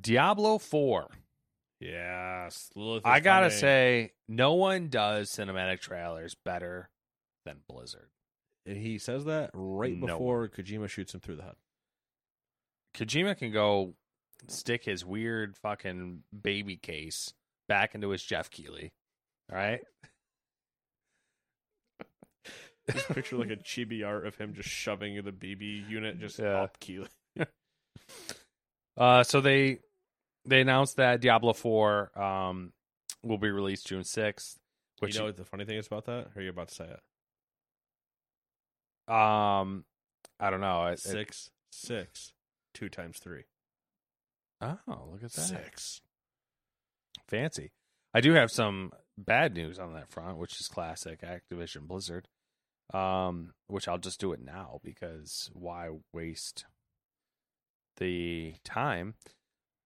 [SPEAKER 3] Diablo Four.
[SPEAKER 2] night. Yes, Lilith
[SPEAKER 3] I
[SPEAKER 2] is
[SPEAKER 3] gotta
[SPEAKER 2] coming.
[SPEAKER 3] say, no one does cinematic trailers better than Blizzard.
[SPEAKER 2] and he says that right
[SPEAKER 3] No.
[SPEAKER 2] before Kojima shoots him through the head.
[SPEAKER 3] Kojima can go stick his weird fucking baby case back into his Jeff Keeley. All right.
[SPEAKER 2] Just picture like a chibi art of him just shoving the BB unit just
[SPEAKER 3] Yeah.
[SPEAKER 2] up Keeley.
[SPEAKER 3] Uh, so they they announced that Diablo Four um will be released June sixth. Which
[SPEAKER 2] you know what the funny thing is about that? Or are you about to say it?
[SPEAKER 3] um, I don't know. It, it-
[SPEAKER 2] Six, six, two times three.
[SPEAKER 3] oh, look at that!
[SPEAKER 2] Six.
[SPEAKER 3] Fancy. I do have some bad news on that front, which is classic Activision Blizzard. Um, which I'll just do it now because why waste the time?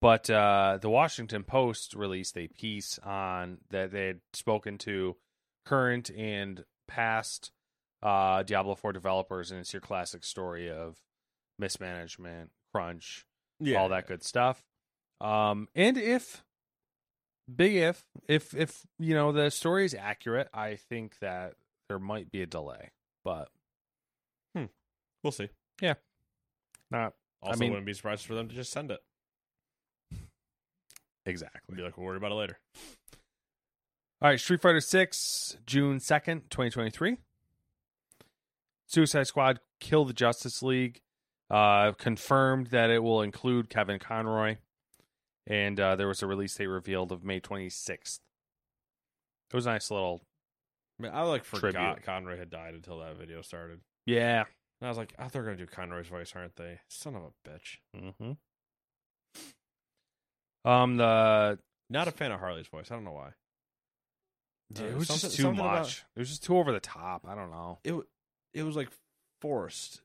[SPEAKER 3] But uh, the Washington Post released a piece on that they had spoken to current and past uh, Diablo 4 developers, and it's your classic story of mismanagement, crunch, all that good stuff. Um, and if big if if if you know the story is accurate i think that there might be a delay but
[SPEAKER 2] We'll see.
[SPEAKER 3] not
[SPEAKER 2] Also,
[SPEAKER 3] i mean
[SPEAKER 2] wouldn't be surprised for them to just send it.
[SPEAKER 3] exactly
[SPEAKER 2] Be like, we'll worry about it later.
[SPEAKER 3] all right street fighter 6 june 2nd 2023 suicide squad kill the justice league uh confirmed that it will include kevin conroy and uh there was a release date revealed of may 26th it was a nice little
[SPEAKER 2] I, mean, I like forgot
[SPEAKER 3] Tribute.
[SPEAKER 2] Conroy had died until that video started.
[SPEAKER 3] yeah
[SPEAKER 2] And I was like, oh, they're gonna do Conroy's voice, aren't they? Son of a bitch.
[SPEAKER 3] mm-hmm. um the
[SPEAKER 2] Not a fan of Harley's voice. I don't know why.
[SPEAKER 3] Dude,
[SPEAKER 2] Uh,
[SPEAKER 3] it was just
[SPEAKER 2] something-
[SPEAKER 3] too much.
[SPEAKER 2] something about-
[SPEAKER 3] it was just too over the top. I don't know.
[SPEAKER 2] it w- it was like forced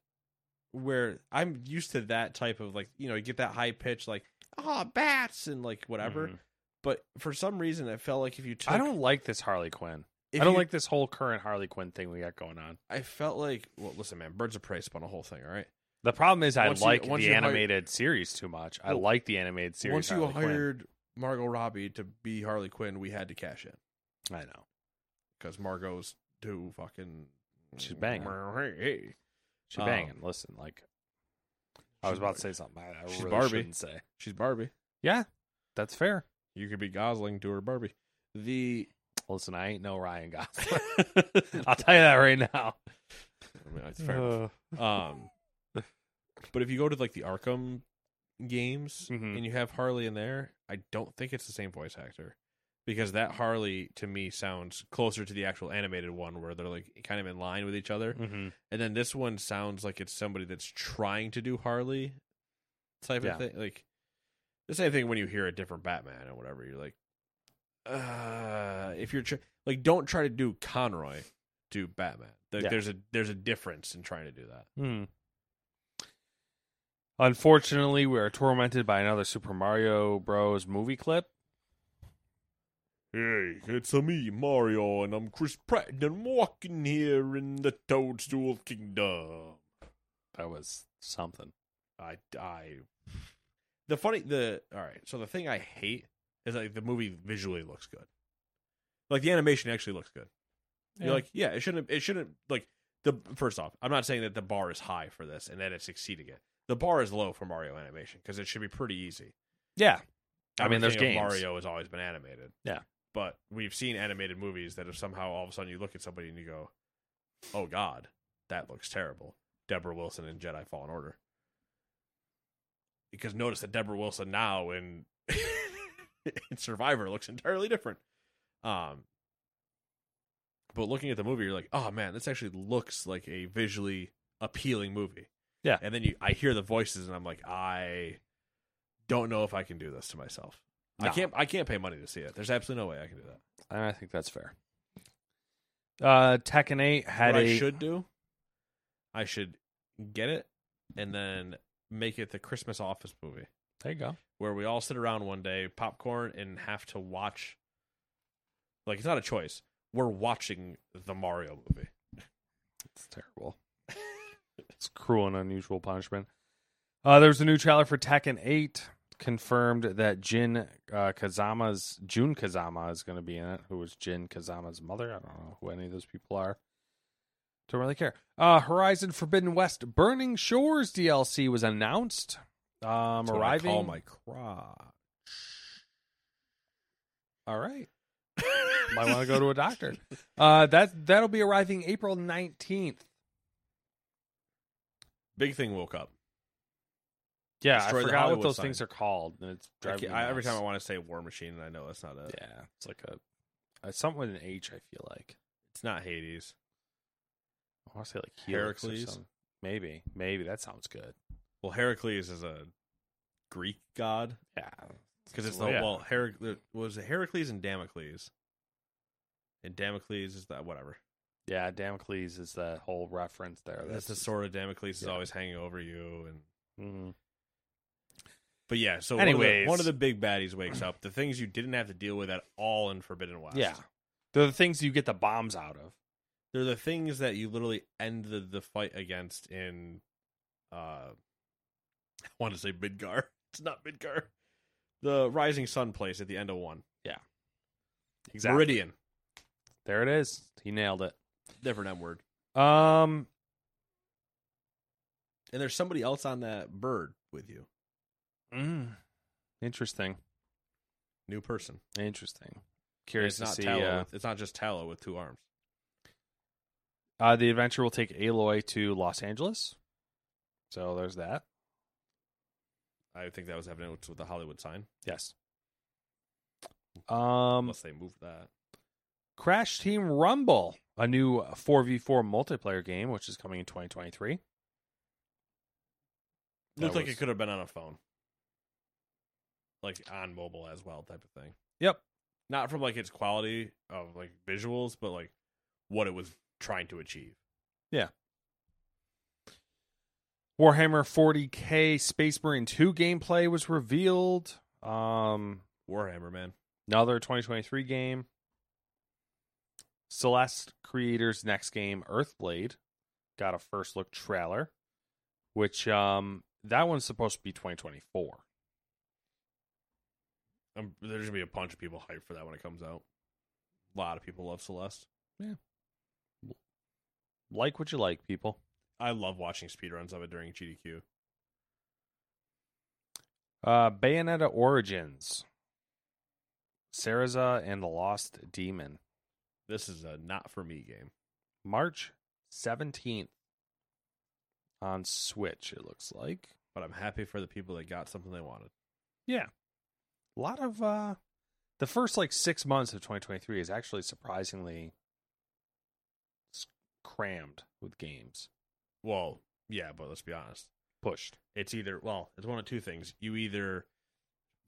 [SPEAKER 2] where i'm used to that type of like you know you get that high pitch like oh bats and like whatever
[SPEAKER 3] Mhm.
[SPEAKER 2] but for some reason it felt like if you took
[SPEAKER 3] I don't like this Harley Quinn.
[SPEAKER 2] if
[SPEAKER 3] I don't
[SPEAKER 2] you-
[SPEAKER 3] like this whole current Harley Quinn thing we got going on.
[SPEAKER 2] i felt like well listen man birds of prey spun a whole thing all right
[SPEAKER 3] The problem is, I
[SPEAKER 2] Once you-
[SPEAKER 3] like
[SPEAKER 2] once
[SPEAKER 3] the
[SPEAKER 2] you hire-
[SPEAKER 3] animated series too much. I
[SPEAKER 2] Well,
[SPEAKER 3] like the animated series.
[SPEAKER 2] once you
[SPEAKER 3] Harley Quinn.
[SPEAKER 2] hired margot robbie to be harley quinn we had to cash in
[SPEAKER 3] I know.
[SPEAKER 2] because margot's too fucking
[SPEAKER 3] She's banging.
[SPEAKER 2] Hey.
[SPEAKER 3] She's
[SPEAKER 2] Um,
[SPEAKER 3] banging. Listen, like I was
[SPEAKER 2] she's
[SPEAKER 3] about to
[SPEAKER 2] Bar-
[SPEAKER 3] say something. I, I
[SPEAKER 2] she's
[SPEAKER 3] really
[SPEAKER 2] Barbie.
[SPEAKER 3] shouldn't say.
[SPEAKER 2] she's barbie
[SPEAKER 3] Yeah, that's fair.
[SPEAKER 2] you could be gosling to her barbie the
[SPEAKER 3] Listen, I ain't no Ryan Gosling. I'll tell you that right now.
[SPEAKER 2] I mean, it's fair enough. Um, but if you go to like the Arkham games
[SPEAKER 3] Mhm.
[SPEAKER 2] and you have Harley in there, I don't think it's the same voice actor because that Harley to me sounds closer to the actual animated one where they're like kind of in line with each other,
[SPEAKER 3] Mhm.
[SPEAKER 2] and then this one sounds like it's somebody that's trying to do Harley type
[SPEAKER 3] Yeah.
[SPEAKER 2] of thing. Like the same thing when you hear a different Batman or whatever, you're like, uh, if you're tr- like, don't try to do Conroy. Do Batman. Like,
[SPEAKER 3] Yeah.
[SPEAKER 2] There's a there's a difference in trying to do that.
[SPEAKER 3] Hmm. Unfortunately, we are tormented by another Super Mario Bros. movie clip.
[SPEAKER 2] Hey, it's a me, Mario, and I'm Chris Pratt, and I'm walking here in the Toadstool Kingdom.
[SPEAKER 3] That was something.
[SPEAKER 2] I, I, the funny, the all right. So the thing I hate is like the movie visually looks good, like the animation actually looks good.
[SPEAKER 3] Yeah.
[SPEAKER 2] You're like, yeah, it shouldn't, it shouldn't like the first off. I'm not saying that the bar is high for this and that it's exceeding it. The bar is low for Mario animation because it should be pretty easy.
[SPEAKER 3] Yeah. I mean, there's
[SPEAKER 2] Everything
[SPEAKER 3] games.
[SPEAKER 2] of Mario has always been animated.
[SPEAKER 3] Yeah.
[SPEAKER 2] But we've seen animated movies that if somehow all of a sudden you look at somebody and you go, "Oh God, that looks terrible." Deborah Wilson in Jedi Fallen Order. Because notice that Deborah Wilson now in, in Survivor looks entirely different. Um, but looking at the movie, you're like, "Oh man, this actually looks like a visually appealing movie."
[SPEAKER 3] Yeah.
[SPEAKER 2] And then you, I hear the voices, and I'm like, I don't know if I can do this to myself. I
[SPEAKER 3] No.
[SPEAKER 2] can't. I can't pay money to see it. There's absolutely no way I can do that.
[SPEAKER 3] And I think that's fair. Uh, Tekken 8 had
[SPEAKER 2] what
[SPEAKER 3] a.
[SPEAKER 2] I should do, I should get it and then make it the Christmas office movie
[SPEAKER 3] There you go.
[SPEAKER 2] where we all sit around one day, popcorn, and have to watch. Like it's not a choice. We're watching the Mario movie.
[SPEAKER 3] It's terrible. it's cruel and unusual punishment. Uh, there was a new trailer for Tekken 8. Confirmed that Jin uh, Kazama's June Kazama is going to be in it. Who was Jin Kazama's mother? I don't know who any of those people are. Don't really care. Uh, Horizon Forbidden West Burning Shores DLC was announced. Um,
[SPEAKER 2] That's what I
[SPEAKER 3] arriving.
[SPEAKER 2] call my crotch.
[SPEAKER 3] All right. Might want to go to a doctor. Uh, that that'll be arriving April nineteenth.
[SPEAKER 2] Big thing woke up.
[SPEAKER 3] Yeah,
[SPEAKER 2] Destroy
[SPEAKER 3] I
[SPEAKER 2] the
[SPEAKER 3] forgot what
[SPEAKER 2] Hollywood
[SPEAKER 3] those
[SPEAKER 2] sign.
[SPEAKER 3] things are called, and it's
[SPEAKER 2] I
[SPEAKER 3] driving
[SPEAKER 2] can't-
[SPEAKER 3] me
[SPEAKER 2] I- every
[SPEAKER 3] nuts.
[SPEAKER 2] time I want to say War Machine, and I know that's not it.
[SPEAKER 3] Yeah, it's like a, a uh, something with an H. I feel like
[SPEAKER 2] It's not Hades.
[SPEAKER 3] I want to say like Helix or
[SPEAKER 2] Heracles?
[SPEAKER 3] something. Maybe, maybe that sounds good.
[SPEAKER 2] Well, Heracles is a Greek god
[SPEAKER 3] Yeah,
[SPEAKER 2] because it's the
[SPEAKER 3] Yeah.
[SPEAKER 2] well Herac- was it Heracles and Damocles, and Damocles is that whatever.
[SPEAKER 3] yeah. Damocles is the whole reference there.
[SPEAKER 2] That's the sword of Damocles is
[SPEAKER 3] yeah.
[SPEAKER 2] always hanging over you, and
[SPEAKER 3] Mhm.
[SPEAKER 2] but yeah. So one of,
[SPEAKER 3] Anyways.
[SPEAKER 2] the, one of the big baddies wakes up. The things you didn't have to deal with at all in Forbidden West.
[SPEAKER 3] Yeah, they're the things you get the bombs out of.
[SPEAKER 2] they're the things that you literally end the, the fight against in. uh I want to say Midgar. It's not Midgar. The Rising Sun place at the end of one. Yeah.
[SPEAKER 3] Exactly.
[SPEAKER 2] Meridian.
[SPEAKER 3] There it is. He nailed it.
[SPEAKER 2] Different M word.
[SPEAKER 3] Um,
[SPEAKER 2] And there's somebody else on that bird with you.
[SPEAKER 3] mm, interesting.
[SPEAKER 2] New person.
[SPEAKER 3] Interesting. Curious
[SPEAKER 2] it's not
[SPEAKER 3] to see.
[SPEAKER 2] tallow.
[SPEAKER 3] Uh,
[SPEAKER 2] with- it's not just tallow with two arms.
[SPEAKER 3] uh, the adventure will take Aloy to Los Angeles. So there's that.
[SPEAKER 2] I think that was evident with the Hollywood sign.
[SPEAKER 3] Yes. Um,
[SPEAKER 2] Unless they moved that.
[SPEAKER 3] Crash Team Rumble, a new 4v4 multiplayer game, which is coming in 2023. That
[SPEAKER 2] Looked like
[SPEAKER 3] was-
[SPEAKER 2] it could have been on a phone. Like on mobile as well, type of thing.
[SPEAKER 3] Yep.
[SPEAKER 2] Not from like its quality of like visuals, but like what it was trying to achieve.
[SPEAKER 3] Yeah. Warhammer 40k Space Marine 2 gameplay was revealed. Um,
[SPEAKER 2] Warhammer, man.
[SPEAKER 3] another 2023 game. Celeste Creator's next game, Earthblade, got a first look trailer, which um that one's supposed to be 2024.
[SPEAKER 2] i Um, there's gonna be a bunch of people hyped for that when it comes out. A lot of people love Celeste.
[SPEAKER 3] Like what you like, people.
[SPEAKER 2] I love watching speedruns of it during GDQ.
[SPEAKER 3] Uh, Bayonetta Origins, Sarah and the Lost Demon,
[SPEAKER 2] This is a not for me game.
[SPEAKER 3] March 17th on Switch. It looks like.
[SPEAKER 2] but I'm happy for the people that got something they wanted.
[SPEAKER 3] Yeah. A lot of uh the first like 6 months of 2023 is actually surprisingly s- crammed with games
[SPEAKER 2] Well, yeah, but let's be honest.
[SPEAKER 3] pushed.
[SPEAKER 2] It's either well, it's one of two things. You either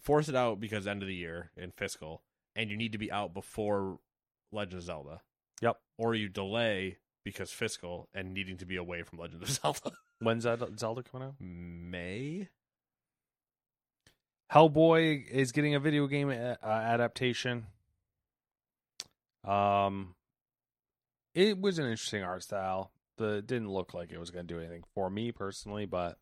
[SPEAKER 2] force it out because end of the year in fiscal, and you need to be out before Legend of Zelda,
[SPEAKER 3] Yep.
[SPEAKER 2] or you delay because fiscal and needing to be away from Legend of Zelda.
[SPEAKER 3] When's that uh, Zelda coming out?
[SPEAKER 2] May
[SPEAKER 3] Hellboy is getting a video game a- uh, adaptation. Um it was an interesting art style. The it didn't look like it was going to do anything for me personally, but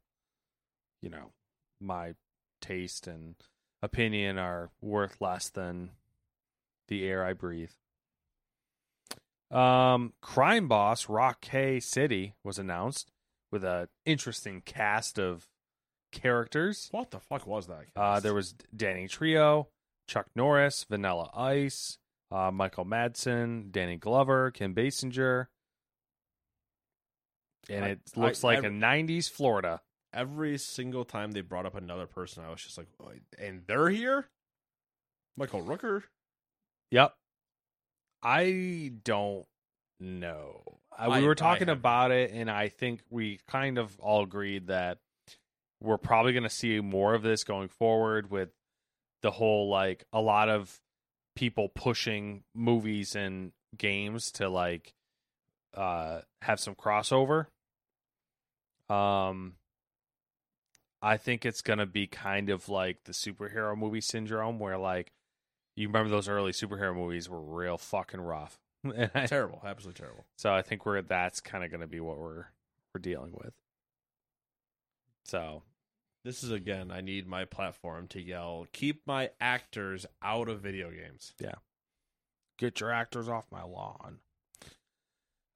[SPEAKER 3] you know, my taste and opinion are worth less than the air I breathe. Um, Crime Boss Rock K City was announced with an interesting cast of characters.
[SPEAKER 2] what the fuck was that?
[SPEAKER 3] Uh, there was Danny Trio, Chuck Norris, Vanilla Ice, uh, Michael Madsen, Danny Glover, Kim Basinger. And
[SPEAKER 2] I-
[SPEAKER 3] it looks
[SPEAKER 2] I-
[SPEAKER 3] like
[SPEAKER 2] I-
[SPEAKER 3] a 90s Florida.
[SPEAKER 2] every single time they brought up another person, I was just like, "Oh, and they're here. Michael Rooker.
[SPEAKER 3] Yep. I don't know. Uh,
[SPEAKER 2] I-
[SPEAKER 3] we
[SPEAKER 2] I
[SPEAKER 3] were talking
[SPEAKER 2] have-
[SPEAKER 3] about it, and I think we kind of all agreed that we're probably going to see more of this going forward with the whole like a lot of people pushing movies and games to like uh have some crossover. Um I think it's going to be kind of like the superhero movie syndrome where like you remember those early superhero movies were real fucking rough. And I-
[SPEAKER 2] terrible, absolutely terrible.
[SPEAKER 3] so I think we're that's kind of going to be what we're we're dealing with. So
[SPEAKER 2] This is again, I need my platform to yell, keep my actors out of video games.
[SPEAKER 3] get your actors off my lawn.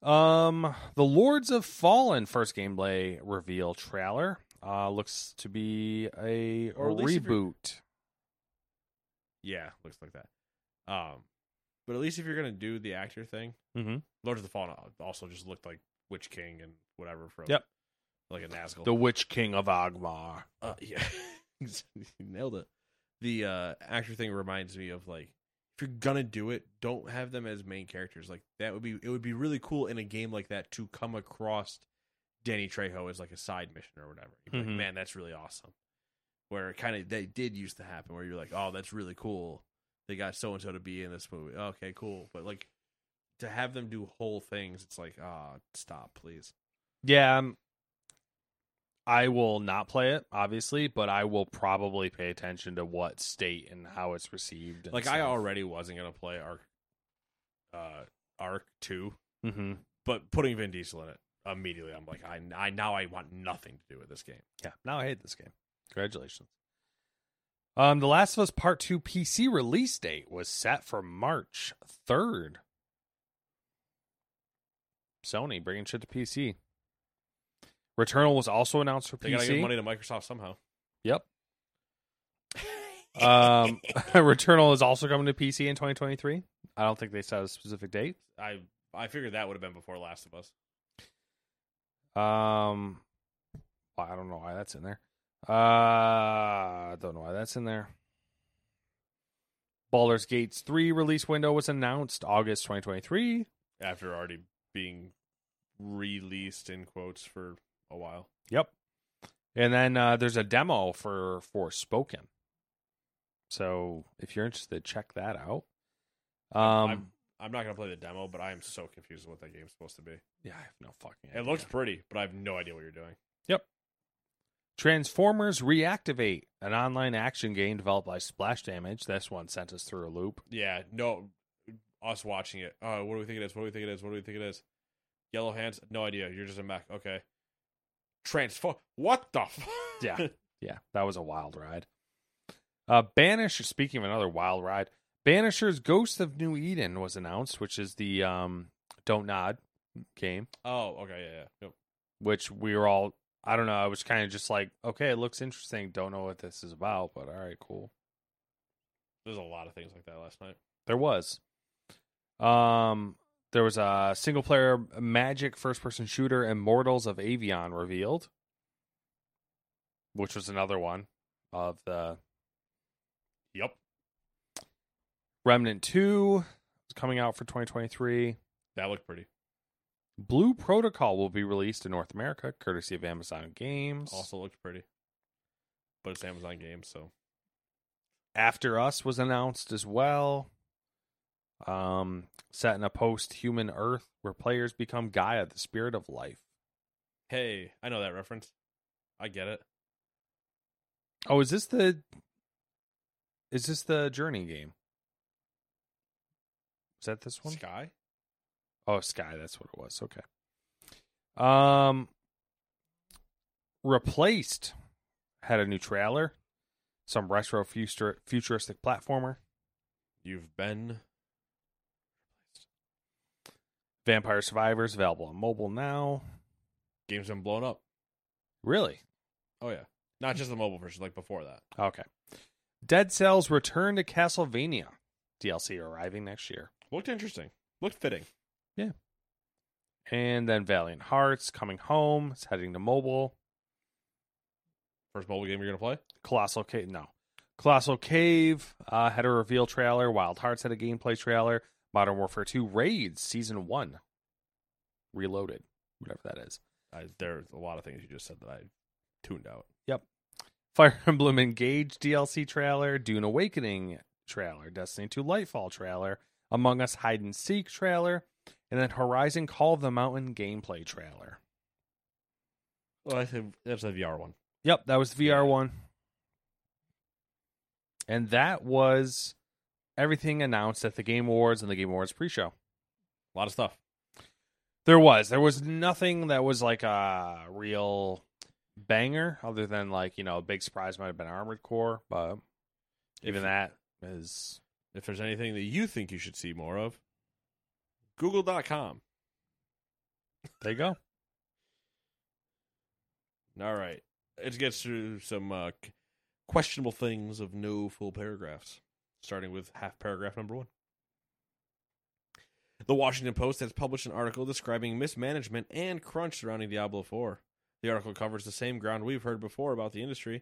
[SPEAKER 3] Um, the Lords of Fallen first gameplay reveal trailer uh looks to be a
[SPEAKER 2] Or at least if you're-
[SPEAKER 3] reboot.
[SPEAKER 2] Yeah, looks like that. Um, but at least if you're gonna do the actor thing,
[SPEAKER 3] Mm-hmm.
[SPEAKER 2] Lords of the Fallen also just looked like Witch King and whatever from
[SPEAKER 3] Yep.
[SPEAKER 2] like a Nazgul.
[SPEAKER 3] The Witch King of Agmar.
[SPEAKER 2] uh, yeah, you nailed it. The uh, actor thing reminds me of like if you're gonna do it, don't have them as main characters. Like that would be it would be really cool in a game like that to come across Danny Trejo as like a side mission or whatever. You'd be
[SPEAKER 3] Mhm.
[SPEAKER 2] Like, man, that's really awesome. Where kind of they did used to happen, where you're like, oh, that's really cool. They got so and so to be in this movie. Okay, cool. But like to have them do whole things, it's like, ah, stop, please.
[SPEAKER 3] Yeah, um, I will not play it obviously, but I will probably pay attention to what state and how it's received. and
[SPEAKER 2] Like I
[SPEAKER 3] stuff.
[SPEAKER 2] already wasn't gonna play Arc, uh, Arc Two
[SPEAKER 3] Mhm.
[SPEAKER 2] but putting Vin Diesel in it immediately, I'm like, I, I now I want nothing to do with this game.
[SPEAKER 3] Yeah. Now I hate this game. Congratulations. Um, The Last of Us Part 2 PC release date was set for March 3rd. Sony bringing shit to PC. Returnal was also announced for
[SPEAKER 2] They
[SPEAKER 3] PC.
[SPEAKER 2] gotta give money to Microsoft somehow.
[SPEAKER 3] Yep. um, Returnal is also coming to PC in 2023. I don't think they set a specific date.
[SPEAKER 2] I I figured that would have been before Last of Us.
[SPEAKER 3] Um, I don't know why that's in there. Uh, I don't know why that's in there. Baldur's Gate's 3 release window was announced August 2023.
[SPEAKER 2] After already being released in quotes for a while.
[SPEAKER 3] Yep. And then uh, there's a demo for for Spoken. So if you're interested, check that out. Um,
[SPEAKER 2] I'm, I'm not gonna play the demo, but I am so confused with what that game's supposed to be.
[SPEAKER 3] yeah, I have no fucking
[SPEAKER 2] It looks pretty, but I have no idea what you're doing.
[SPEAKER 3] Yep. Transformers Reactivate, an online action game developed by Splash Damage. This one sent us through a loop.
[SPEAKER 2] Yeah, no. Us watching it. Uh, what do we think it is? What do we think it is? What do we think it is? Yellow hands? No idea. You're just a mech. Okay. Transform. What the? F-
[SPEAKER 3] Yeah. Yeah, that was a wild ride. Uh Banisher speaking of another wild ride, Banisher's Ghost of New Eden was announced, which is the um Don't Nod game,
[SPEAKER 2] oh, okay. Yeah. yeah. Yep.
[SPEAKER 3] which we were all I don't know, I was kind of just like, okay, it looks interesting, don't know what this is about, but all right, cool.
[SPEAKER 2] There's a lot of things like that last night.
[SPEAKER 3] There was. Um there was a single player magic first person shooter Immortals of Avion revealed. Which was another one of the
[SPEAKER 2] Yep.
[SPEAKER 3] Remnant 2 is coming out for 2023.
[SPEAKER 2] That looked pretty.
[SPEAKER 3] Blue Protocol will be released in North America, courtesy of Amazon Games.
[SPEAKER 2] Also looked pretty. But it's Amazon Games, so
[SPEAKER 3] After Us was announced as well. Um, set in a post human Earth where players become Gaia, the spirit of life.
[SPEAKER 2] hey, I know that reference. I get it.
[SPEAKER 3] Oh, is this the. Is this the Journey game? Is that this one?
[SPEAKER 2] Sky.
[SPEAKER 3] Oh, Sky, that's what it was. Okay. Um Replaced had a new trailer, some retro future, futuristic platformer.
[SPEAKER 2] You've been.
[SPEAKER 3] Vampire Survivors available on mobile now.
[SPEAKER 2] Game's been blown up.
[SPEAKER 3] Really?
[SPEAKER 2] Oh yeah. Not just the mobile version, like before that.
[SPEAKER 3] Okay. Dead Cells Return to Castlevania DLC arriving next year.
[SPEAKER 2] Looked interesting. Looked fitting.
[SPEAKER 3] And then Valiant Hearts coming home, it's heading to mobile.
[SPEAKER 2] First mobile game you're gonna play?
[SPEAKER 3] Colossal Cave. No, Colossal Cave uh, had a reveal trailer. Wild Hearts had a gameplay trailer. Modern Warfare Two Raids Season One Reloaded, whatever that is.
[SPEAKER 2] I, there's a lot of things you just said that I tuned out.
[SPEAKER 3] Yep. Fire Emblem Engage DLC trailer. Dune Awakening trailer. Destiny Two Lightfall trailer. Among Us Hide and Seek trailer. And then Horizon Call of the Mountain gameplay trailer.
[SPEAKER 2] Well, I said Oh, that's a VR one.
[SPEAKER 3] Yep, that was the VR one. And that was everything announced at the Game Awards and the Game Awards pre-show.
[SPEAKER 2] A lot of stuff.
[SPEAKER 3] There was. There was nothing that was like a real banger other than like, you know, a big surprise might have been Armored Core, but even that is
[SPEAKER 2] If there's anything that you think you should see more of, Google.com.
[SPEAKER 3] there you go.
[SPEAKER 2] All right. It gets through some uh, c- questionable things of no full paragraphs, starting with half paragraph number one. The Washington Post has published an article describing mismanagement and crunch surrounding Diablo 4. The article covers the same ground we've heard before about the industry,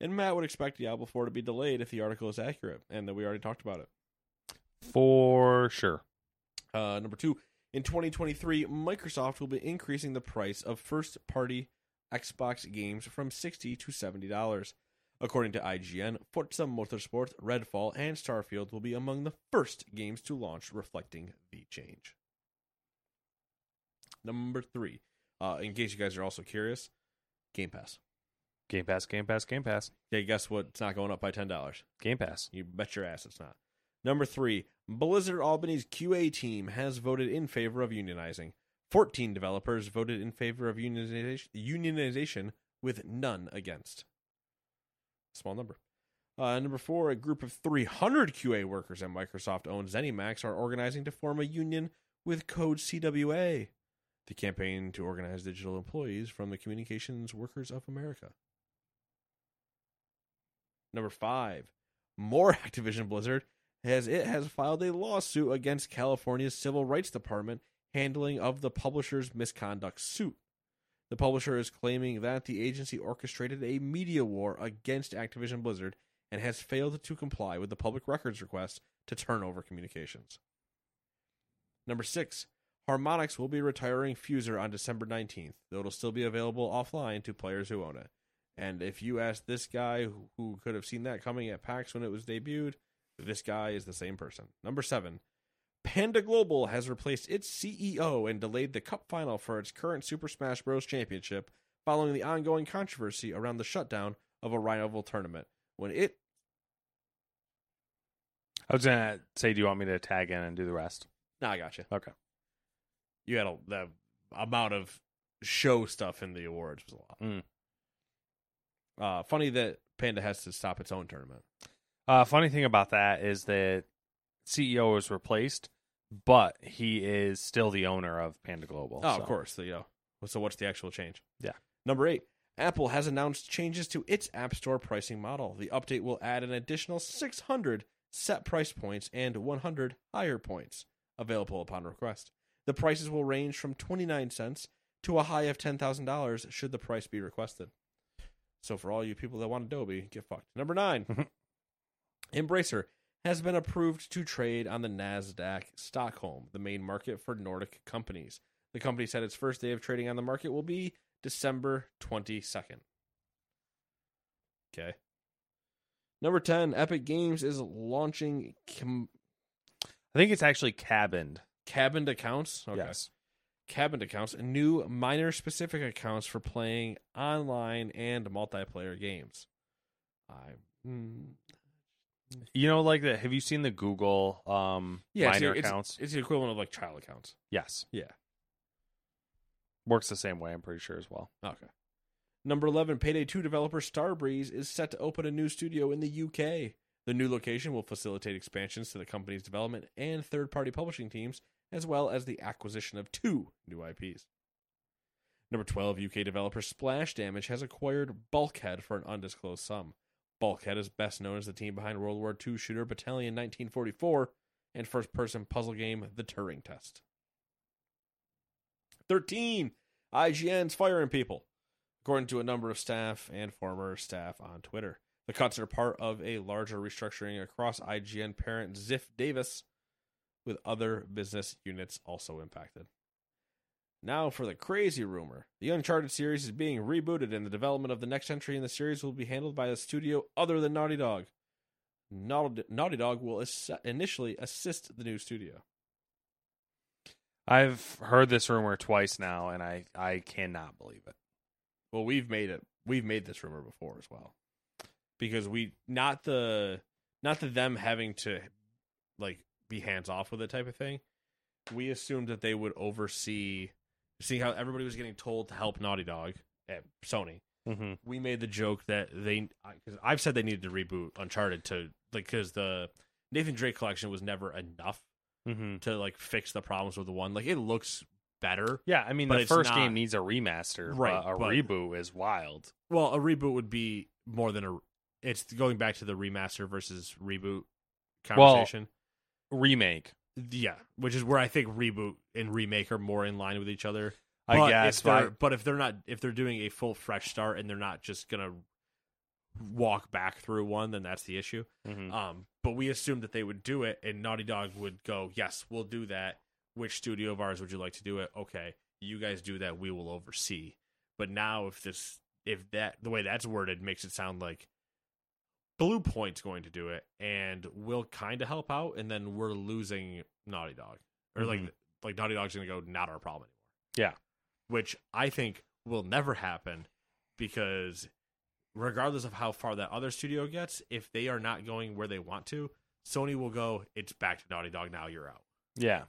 [SPEAKER 2] and Matt would expect Diablo 4 to be delayed if the article is accurate, and that we already talked about it.
[SPEAKER 3] For sure.
[SPEAKER 2] Uh, number two, in 2023, Microsoft will be increasing the price of first party Xbox games from 60 to $70. According to IGN, Forza Motorsport, Redfall, and Starfield will be among the first games to launch reflecting the change. Number three, uh, in case you guys are also curious, Game Pass.
[SPEAKER 3] Game Pass, Game Pass, Game Pass.
[SPEAKER 2] Yeah, guess what? It's not going up by $10.
[SPEAKER 3] Game Pass.
[SPEAKER 2] You bet your ass it's not. Number three, Blizzard Albany's QA team has voted in favor of unionizing. 14 developers voted in favor of unionization, unionization with none against. Small number. Uh, number four, a group of 300 QA workers at Microsoft owned ZeniMax are organizing to form a union with Code CWA, the campaign to organize digital employees from the Communications Workers of America. Number five, more Activision Blizzard, as it has filed a lawsuit against California's Civil Rights Department handling of the publisher's misconduct suit. The publisher is claiming that the agency orchestrated a media war against Activision Blizzard and has failed to comply with the public records request to turn over communications. Number six, Harmonix will be retiring Fuser on December 19th, though it'll still be available offline to players who own it. And if you ask this guy who- who could have seen that coming at PAX when it was debuted, this guy is the same person. Number seven, Panda Global has replaced its CEO and delayed the cup final for its current Super Smash Bros. Championship following the ongoing controversy around the shutdown of a rival tournament when it
[SPEAKER 3] I was gonna say, do you want me to tag in and do the rest?
[SPEAKER 2] No, I gotcha.
[SPEAKER 3] Okay.
[SPEAKER 2] You had a the amount of show stuff in the awards was a lot.
[SPEAKER 3] Mm.
[SPEAKER 2] Uh, funny that Panda has to stop its own tournament.
[SPEAKER 3] Uh, funny thing about that is that CEO is replaced, but he is still the owner of Panda Global.
[SPEAKER 2] Oh,
[SPEAKER 3] so-
[SPEAKER 2] of course. So, you know, so what's the actual change?
[SPEAKER 3] Yeah.
[SPEAKER 2] Number eight, Apple has announced changes to its App Store pricing model. The update will add an additional 600 set price points and 100 higher points available upon request. The prices will range from 29 cents to a high of $10,000 should the price be requested. So for all you people that want Adobe, get fucked. Number nine, Embracer has been approved to trade on the Nasdaq Stockholm, the main market for Nordic companies. The company said its first day of trading on the market will be December 22nd. Okay. Number 10, Epic Games is launching com-
[SPEAKER 3] I think it's actually cabined.
[SPEAKER 2] cabined accounts.
[SPEAKER 3] Yes.
[SPEAKER 2] Cabined accounts, and new minor specific accounts for playing online and multiplayer games. I mm,
[SPEAKER 3] You know, like the have you seen the Google um
[SPEAKER 2] yeah,
[SPEAKER 3] minor
[SPEAKER 2] it's, it's-
[SPEAKER 3] accounts?
[SPEAKER 2] It's, the equivalent of like child accounts.
[SPEAKER 3] yes.
[SPEAKER 2] Yeah.
[SPEAKER 3] Works the same way, I'm pretty sure as well.
[SPEAKER 2] Okay. Number 11, Payday 2 developer Starbreeze is set to open a new studio in the UK. The new location will facilitate expansions to the company's development and third party publishing teams, as well as the acquisition of two new IPs. Number 12, UK developer Splash Damage has acquired Bulkhead for an undisclosed sum. Bulkhead is best known as the team behind World War II shooter Battalion 1944 and first person puzzle game The Turing Test. 13. IGN's firing people, according to a number of staff and former staff on Twitter. The cuts are part of a larger restructuring across IGN parent Ziff Davis, with other business units also impacted. Now for the crazy rumor. The Uncharted series is being rebooted, and the development of the next entry in the series will be handled by a studio other than Naughty Dog. Naughty Naughty Dog will ass- initially assist the new studio.
[SPEAKER 3] I've heard this rumor twice now and I I cannot believe it.
[SPEAKER 2] Well, we've made it. We've made this rumor before as well, because we not the not the them having to like be hands off with it type of thing. We assumed that they would oversee, seeing how everybody was getting told to help Naughty Dog at Sony.
[SPEAKER 3] Mm-hmm.
[SPEAKER 2] We made the joke that they because I've said they needed to reboot Uncharted to like because the Nathan Drake collection was never enough
[SPEAKER 3] Mm-hmm.
[SPEAKER 2] to like fix the problems with the one. Like it looks better.
[SPEAKER 3] Yeah, I mean
[SPEAKER 2] But
[SPEAKER 3] the
[SPEAKER 2] it's
[SPEAKER 3] first
[SPEAKER 2] not-
[SPEAKER 3] game needs a remaster,
[SPEAKER 2] Right,
[SPEAKER 3] but a
[SPEAKER 2] but-
[SPEAKER 3] reboot is wild.
[SPEAKER 2] Well, a reboot would be more than a. It's going back to the remaster versus reboot conversation.
[SPEAKER 3] Remake.
[SPEAKER 2] yeah, which is where I think reboot and remake are more in line with each other.
[SPEAKER 3] I
[SPEAKER 2] but
[SPEAKER 3] guess,
[SPEAKER 2] If
[SPEAKER 3] but I-
[SPEAKER 2] they're, but if they're not, if they're doing a full fresh start and they're not just gonna walk back through one, then that's the issue.
[SPEAKER 3] Mhm.
[SPEAKER 2] Um, but we assumed that they would do it, and Naughty Dog would go, "Yes, we'll do that." Which studio of ours would you like to do it? Okay, you guys do that. We will oversee. But now, if this, if that, the way that's worded makes it sound like Blue Point's going to do it, and we'll kind of help out, and then we're losing Naughty Dog, or like, like Naughty Dog's going to go, "Not our problem anymore."
[SPEAKER 3] Yeah.
[SPEAKER 2] which I think will never happen because regardless of how far that other studio gets, if they are not going where they want to, Sony will go, it's back to Naughty Dog now, you're out.
[SPEAKER 3] Yeah.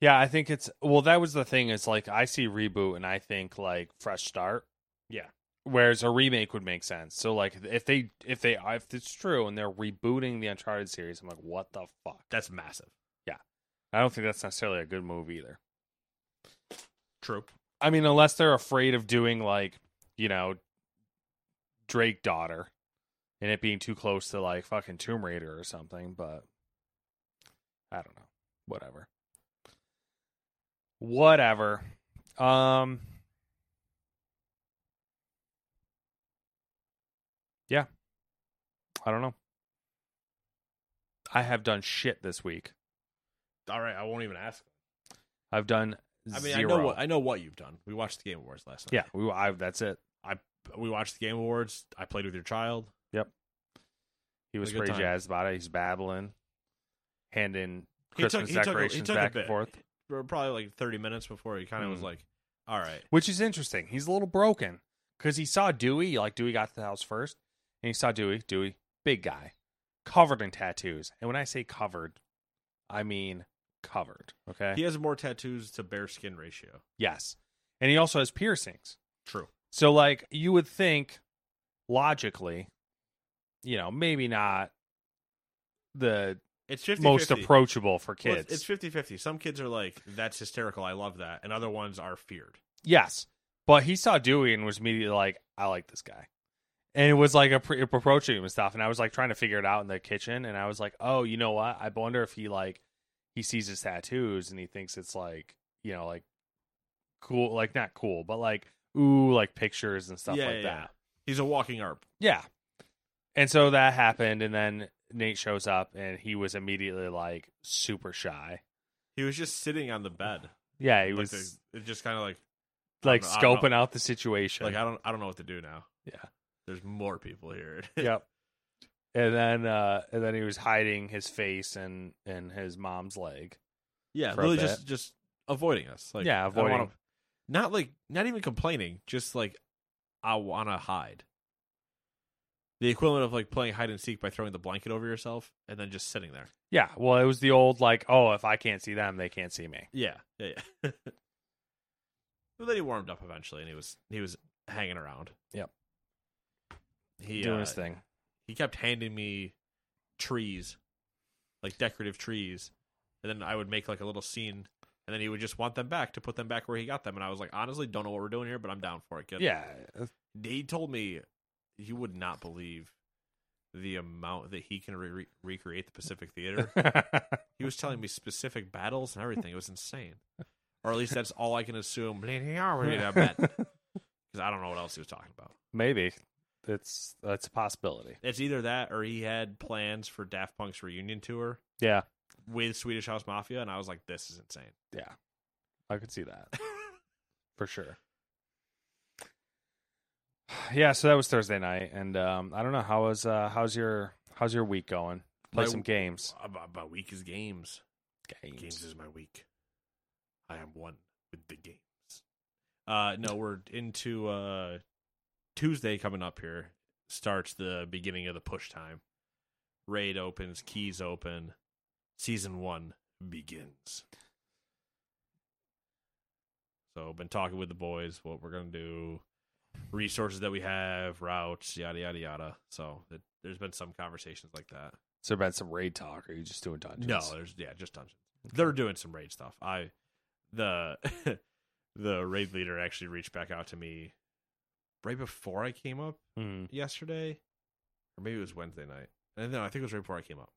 [SPEAKER 3] Yeah, I think it's well that was the thing is like I see reboot and I think like fresh start.
[SPEAKER 2] Yeah.
[SPEAKER 3] Whereas a remake would make sense. So like if they if they if it's true and they're rebooting the Uncharted series, I'm like, what the fuck?
[SPEAKER 2] That's massive.
[SPEAKER 3] I don't think that's necessarily a good move either.
[SPEAKER 2] True.
[SPEAKER 3] I mean, unless they're afraid of doing like, you know, Drake daughter and it being too close to like fucking Tomb Raider or something, but I don't know. Whatever. Whatever. Um Yeah. I don't know. I have done shit this week.
[SPEAKER 2] All right, I won't even ask.
[SPEAKER 3] I've done
[SPEAKER 2] I mean,
[SPEAKER 3] zero.
[SPEAKER 2] I know what I know what you've done. We watched the Game Awards last
[SPEAKER 3] Yeah,
[SPEAKER 2] night.
[SPEAKER 3] we, I, that's it.
[SPEAKER 2] Yeah, we watched the Game Awards. I played with your child.
[SPEAKER 3] He was
[SPEAKER 2] Had a good
[SPEAKER 3] pretty
[SPEAKER 2] time.
[SPEAKER 3] jazzed about it. He's babbling, handing
[SPEAKER 2] He took-
[SPEAKER 3] Christmas
[SPEAKER 2] he took a- he
[SPEAKER 3] decorations
[SPEAKER 2] took a
[SPEAKER 3] back and
[SPEAKER 2] bit.
[SPEAKER 3] forth,
[SPEAKER 2] For probably like thirty minutes before he kind of was
[SPEAKER 3] Mm.
[SPEAKER 2] like, "All right,
[SPEAKER 3] which is interesting. He's a little broken because he saw Dewey. Like Dewey got to the house first, and he saw Dewey. Dewey, big guy, covered in tattoos. And when I say covered, I mean covered. Okay.
[SPEAKER 2] he has more tattoos to bare skin ratio."
[SPEAKER 3] Yes. And he also has piercings.
[SPEAKER 2] True.
[SPEAKER 3] So like you would think logically, you know, maybe not the
[SPEAKER 2] It's 50
[SPEAKER 3] most approachable for kids.
[SPEAKER 2] it's 50 50. Some kids are like, that's hysterical. I love that. And other ones are feared.
[SPEAKER 3] Yes, but he saw Dewey and was immediately like, "I like this guy," and it was like a pre- approaching him and stuff. And I was like trying to figure it out in the kitchen, and I was like, "Oh, you know what? I wonder if he like he sees his tattoos and he thinks it's like you know like cool, like not cool, but like ooh, like pictures and stuff
[SPEAKER 2] Yeah,
[SPEAKER 3] like
[SPEAKER 2] yeah,
[SPEAKER 3] that."
[SPEAKER 2] He's a walking ARP.
[SPEAKER 3] Yeah. And so that happened, and then Nate shows up, and he was immediately like super shy.
[SPEAKER 2] He was just sitting on the bed.
[SPEAKER 3] Yeah, he
[SPEAKER 2] Like,
[SPEAKER 3] was
[SPEAKER 2] the- it just kind of like,
[SPEAKER 3] like
[SPEAKER 2] I don't know.
[SPEAKER 3] scoping out the situation.
[SPEAKER 2] like I don't I don't know what to do now.
[SPEAKER 3] Yeah.
[SPEAKER 2] There's more people here.
[SPEAKER 3] yep. And then uh and then he was hiding his face and and his mom's leg.
[SPEAKER 2] yeah.
[SPEAKER 3] For a
[SPEAKER 2] Really
[SPEAKER 3] bit.
[SPEAKER 2] just just avoiding us. Like
[SPEAKER 3] Yeah,
[SPEAKER 2] I don't wanna-
[SPEAKER 3] avoiding.
[SPEAKER 2] not like not even complaining, just like I wanna hide. The equivalent of like playing hide and seek by throwing the blanket over yourself and then just sitting there.
[SPEAKER 3] Yeah, well it was the old like, oh, if I can't see them, they can't see me.
[SPEAKER 2] Yeah, yeah, yeah. but then he warmed up eventually, and he was he was hanging around.
[SPEAKER 3] Yep.
[SPEAKER 2] he
[SPEAKER 3] Doing
[SPEAKER 2] uh,
[SPEAKER 3] his thing.
[SPEAKER 2] He kept handing me trees, like decorative trees, and then I would make like a little scene, and then he would just want them back to put them back where he got them. And I was like, honestly, don't know what we're doing here, but I'm down for it. Kid.
[SPEAKER 3] Yeah.
[SPEAKER 2] he told me you would not believe the amount that he can re- re- recreate the Pacific Theater. He was telling me specific battles and everything. It was insane. Or at least that's all I can assume. Because I don't know what else he was talking about.
[SPEAKER 3] Maybe. It's that's a possibility.
[SPEAKER 2] It's either that or he had plans for Daft Punk's reunion tour
[SPEAKER 3] Yeah.
[SPEAKER 2] with Swedish House Mafia. And I was like, this is insane.
[SPEAKER 3] Yeah. I could see that. For sure. Yeah, so that was Thursday night and um I don't know how was uh how's your how's your week going? Play
[SPEAKER 2] My-
[SPEAKER 3] some games.
[SPEAKER 2] About, about week is games. Games is my week. I am one with the games. Uh, no, we're into uh, Tuesday coming up here. Starts the beginning of the push time. Raid opens, keys open, season one begins. So been talking with the boys what we're gonna do, resources that we have, routes, yada yada yada. So it, there's been some conversations like that.
[SPEAKER 3] Has there been some raid talk or are you just doing dungeons?
[SPEAKER 2] No, there's yeah, just dungeons. They're doing some raid stuff. I the the raid leader actually reached back out to me right before I came up
[SPEAKER 3] Hmm.
[SPEAKER 2] yesterday, or maybe it was Wednesday night. And then I think it was right before I came up.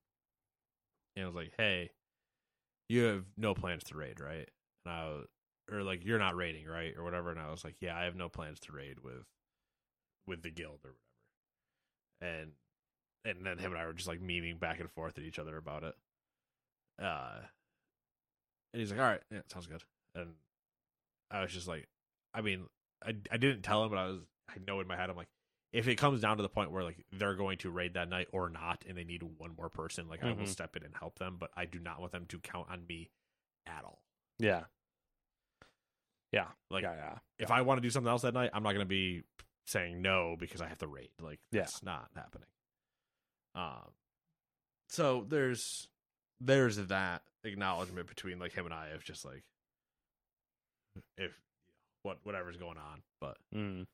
[SPEAKER 2] And I was like, "Hey, you have no plans to raid, right?" And I was, or like, "You're not raiding, right?" or whatever. And I was like, "Yeah, I have no plans to raid with with the guild or whatever." And and then him and I were just like memeing back and forth at each other about it. Uh, and he's like, "All right, yeah, sounds good." And I was just like, I mean, I I didn't tell him, but I was I know in my head I'm like, if it comes down to the point where like they're going to raid that night or not, and they need one more person, like I will
[SPEAKER 3] Mhm.
[SPEAKER 2] step in and help them, but I do not want them to count on me at all.
[SPEAKER 3] Yeah. Yeah.
[SPEAKER 2] Like,
[SPEAKER 3] yeah, yeah.
[SPEAKER 2] If I want to do something else that night, I'm not going to be saying no because I have to raid. Like
[SPEAKER 3] Yeah.
[SPEAKER 2] that's not happening. Um, so there's there's that acknowledgement between like him and I of just like if what whatever's going on, but
[SPEAKER 3] Mm.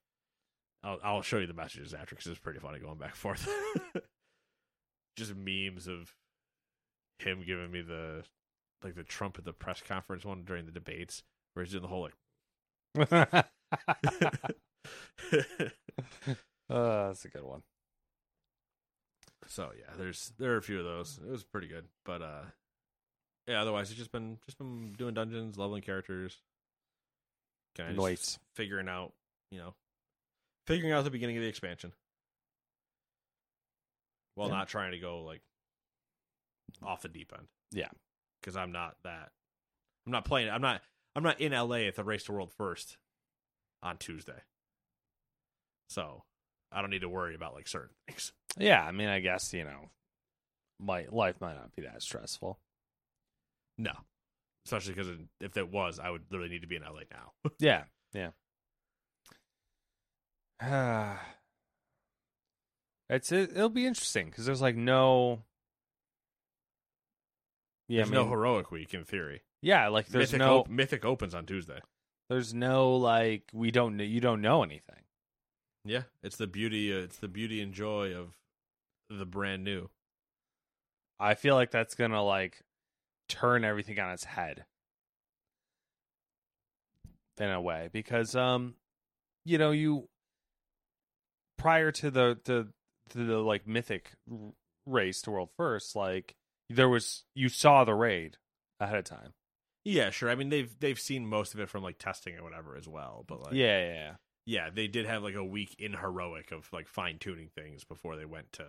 [SPEAKER 2] I'll, I'll show you the messages after because it's pretty funny going back and forth. Just memes of him giving me the like the Trump at the press conference one during the debates where he's doing the whole like
[SPEAKER 3] uh, Uh, that's a good one.
[SPEAKER 2] so yeah there's there are a few of those it was pretty good but uh yeah otherwise it's just been just been doing dungeons leveling characters kind of
[SPEAKER 3] Nice.
[SPEAKER 2] figuring out you know figuring out the beginning of the expansion while
[SPEAKER 3] Yeah.
[SPEAKER 2] not trying to go like off the deep end
[SPEAKER 3] Yeah.
[SPEAKER 2] because i'm not that i'm not playing i'm not i'm not in la at the race to world first on tuesday so i don't need to worry about like certain things
[SPEAKER 3] Yeah, I mean, I guess you know, my life might not be that stressful.
[SPEAKER 2] No, especially because if that was, I would literally need to be in LA now.
[SPEAKER 3] yeah, yeah. it's it, it'll be interesting because there's like no. Yeah,
[SPEAKER 2] there's
[SPEAKER 3] I mean,
[SPEAKER 2] no heroic week in theory.
[SPEAKER 3] yeah, like there's
[SPEAKER 2] Mythic,
[SPEAKER 3] no,
[SPEAKER 2] op- Mythic opens on Tuesday.
[SPEAKER 3] there's no like we don't kn- you don't know anything.
[SPEAKER 2] Yeah, it's the beauty. Uh, it's the beauty and joy of the brand new.
[SPEAKER 3] I feel like that's gonna like turn everything on its head in a way because um you know you prior to the the to the like mythic r- race to world first like there was you saw the raid ahead of time
[SPEAKER 2] Yeah, sure. I mean, they've they've seen most of it from like testing or whatever as well. But like,
[SPEAKER 3] yeah yeah, yeah
[SPEAKER 2] yeah, they did have like a week in heroic of like fine tuning things before they went to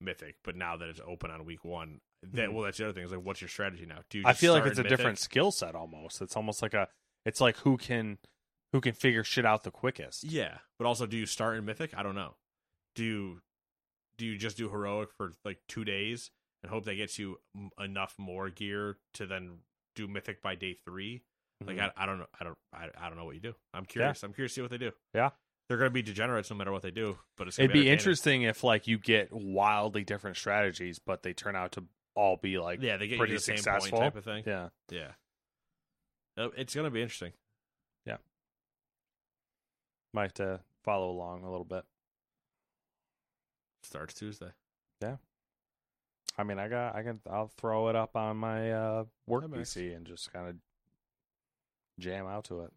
[SPEAKER 2] mythic. But now that it's open on week one, that
[SPEAKER 3] Mhm.
[SPEAKER 2] well, that's the other thing is like, what's your strategy now? Do you
[SPEAKER 3] I
[SPEAKER 2] just
[SPEAKER 3] feel like
[SPEAKER 2] start
[SPEAKER 3] it's a
[SPEAKER 2] in Mythic?
[SPEAKER 3] different skill set almost it's almost like a it's like who can who can figure shit out the quickest
[SPEAKER 2] Yeah, but also, do you start in Mythic? I don't know. Do you do you just do heroic for like two days and hope that gets you m- enough more gear to then do Mythic by day three? Like,
[SPEAKER 3] Mm-hmm.
[SPEAKER 2] I, I don't know. I don't. I, I don't know what you do. I'm curious. I'm curious to see what they do.
[SPEAKER 3] Yeah.
[SPEAKER 2] they're gonna be degenerates no matter what they do. But it's gonna
[SPEAKER 3] It'd be
[SPEAKER 2] entertaining.
[SPEAKER 3] interesting if like you get wildly different strategies, but they turn out to all be like
[SPEAKER 2] Yeah, they get you
[SPEAKER 3] pretty
[SPEAKER 2] to the same point
[SPEAKER 3] successful
[SPEAKER 2] type of thing.
[SPEAKER 3] Yeah,
[SPEAKER 2] Yeah, Uh, it's gonna be interesting.
[SPEAKER 3] might have to follow along a little bit.
[SPEAKER 2] Starts Tuesday.
[SPEAKER 3] I mean, I got I can I'll throw it up on my uh, work
[SPEAKER 2] That works.
[SPEAKER 3] PC and just kind of jam out to it.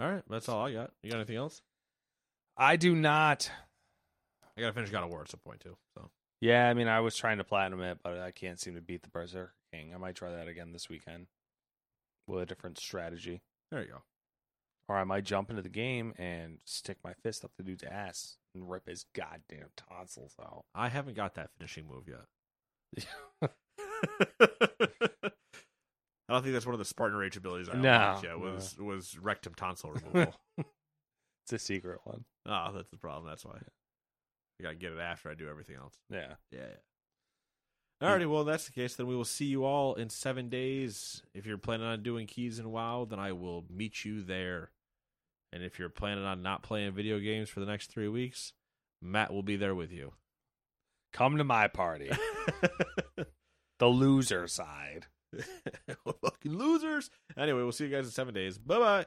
[SPEAKER 2] All right, that's all I got. You got anything else?
[SPEAKER 3] I do not.
[SPEAKER 2] I gotta finish God of War at some point too. So
[SPEAKER 3] Yeah, I mean, I was trying to platinum it, but I can't seem to beat the Berserker King. I might try that again this weekend with a different strategy,
[SPEAKER 2] there you go.
[SPEAKER 3] or I might jump into the game and stick my fist up the dude's ass and rip his goddamn tonsils out.
[SPEAKER 2] I haven't got that finishing move yet. I don't think that's one of the Spartan Rage abilities I
[SPEAKER 3] No,
[SPEAKER 2] unlocked yet. Was was rectum tonsil removal.
[SPEAKER 3] It's a secret one.
[SPEAKER 2] oh, that's the problem. That's why I gotta get it after I do everything else.
[SPEAKER 3] Yeah.
[SPEAKER 2] Yeah. yeah. Alrighty, well, if that's the case, then we will see you all in seven days. If you're planning on doing keys in WoW, then I will meet you there. And if you're planning on not playing video games for the next three weeks, Matt will be there with you.
[SPEAKER 3] Come to my party. the loser side.
[SPEAKER 2] Fucking losers. Anyway, we'll see you guys in seven days. Bye bye.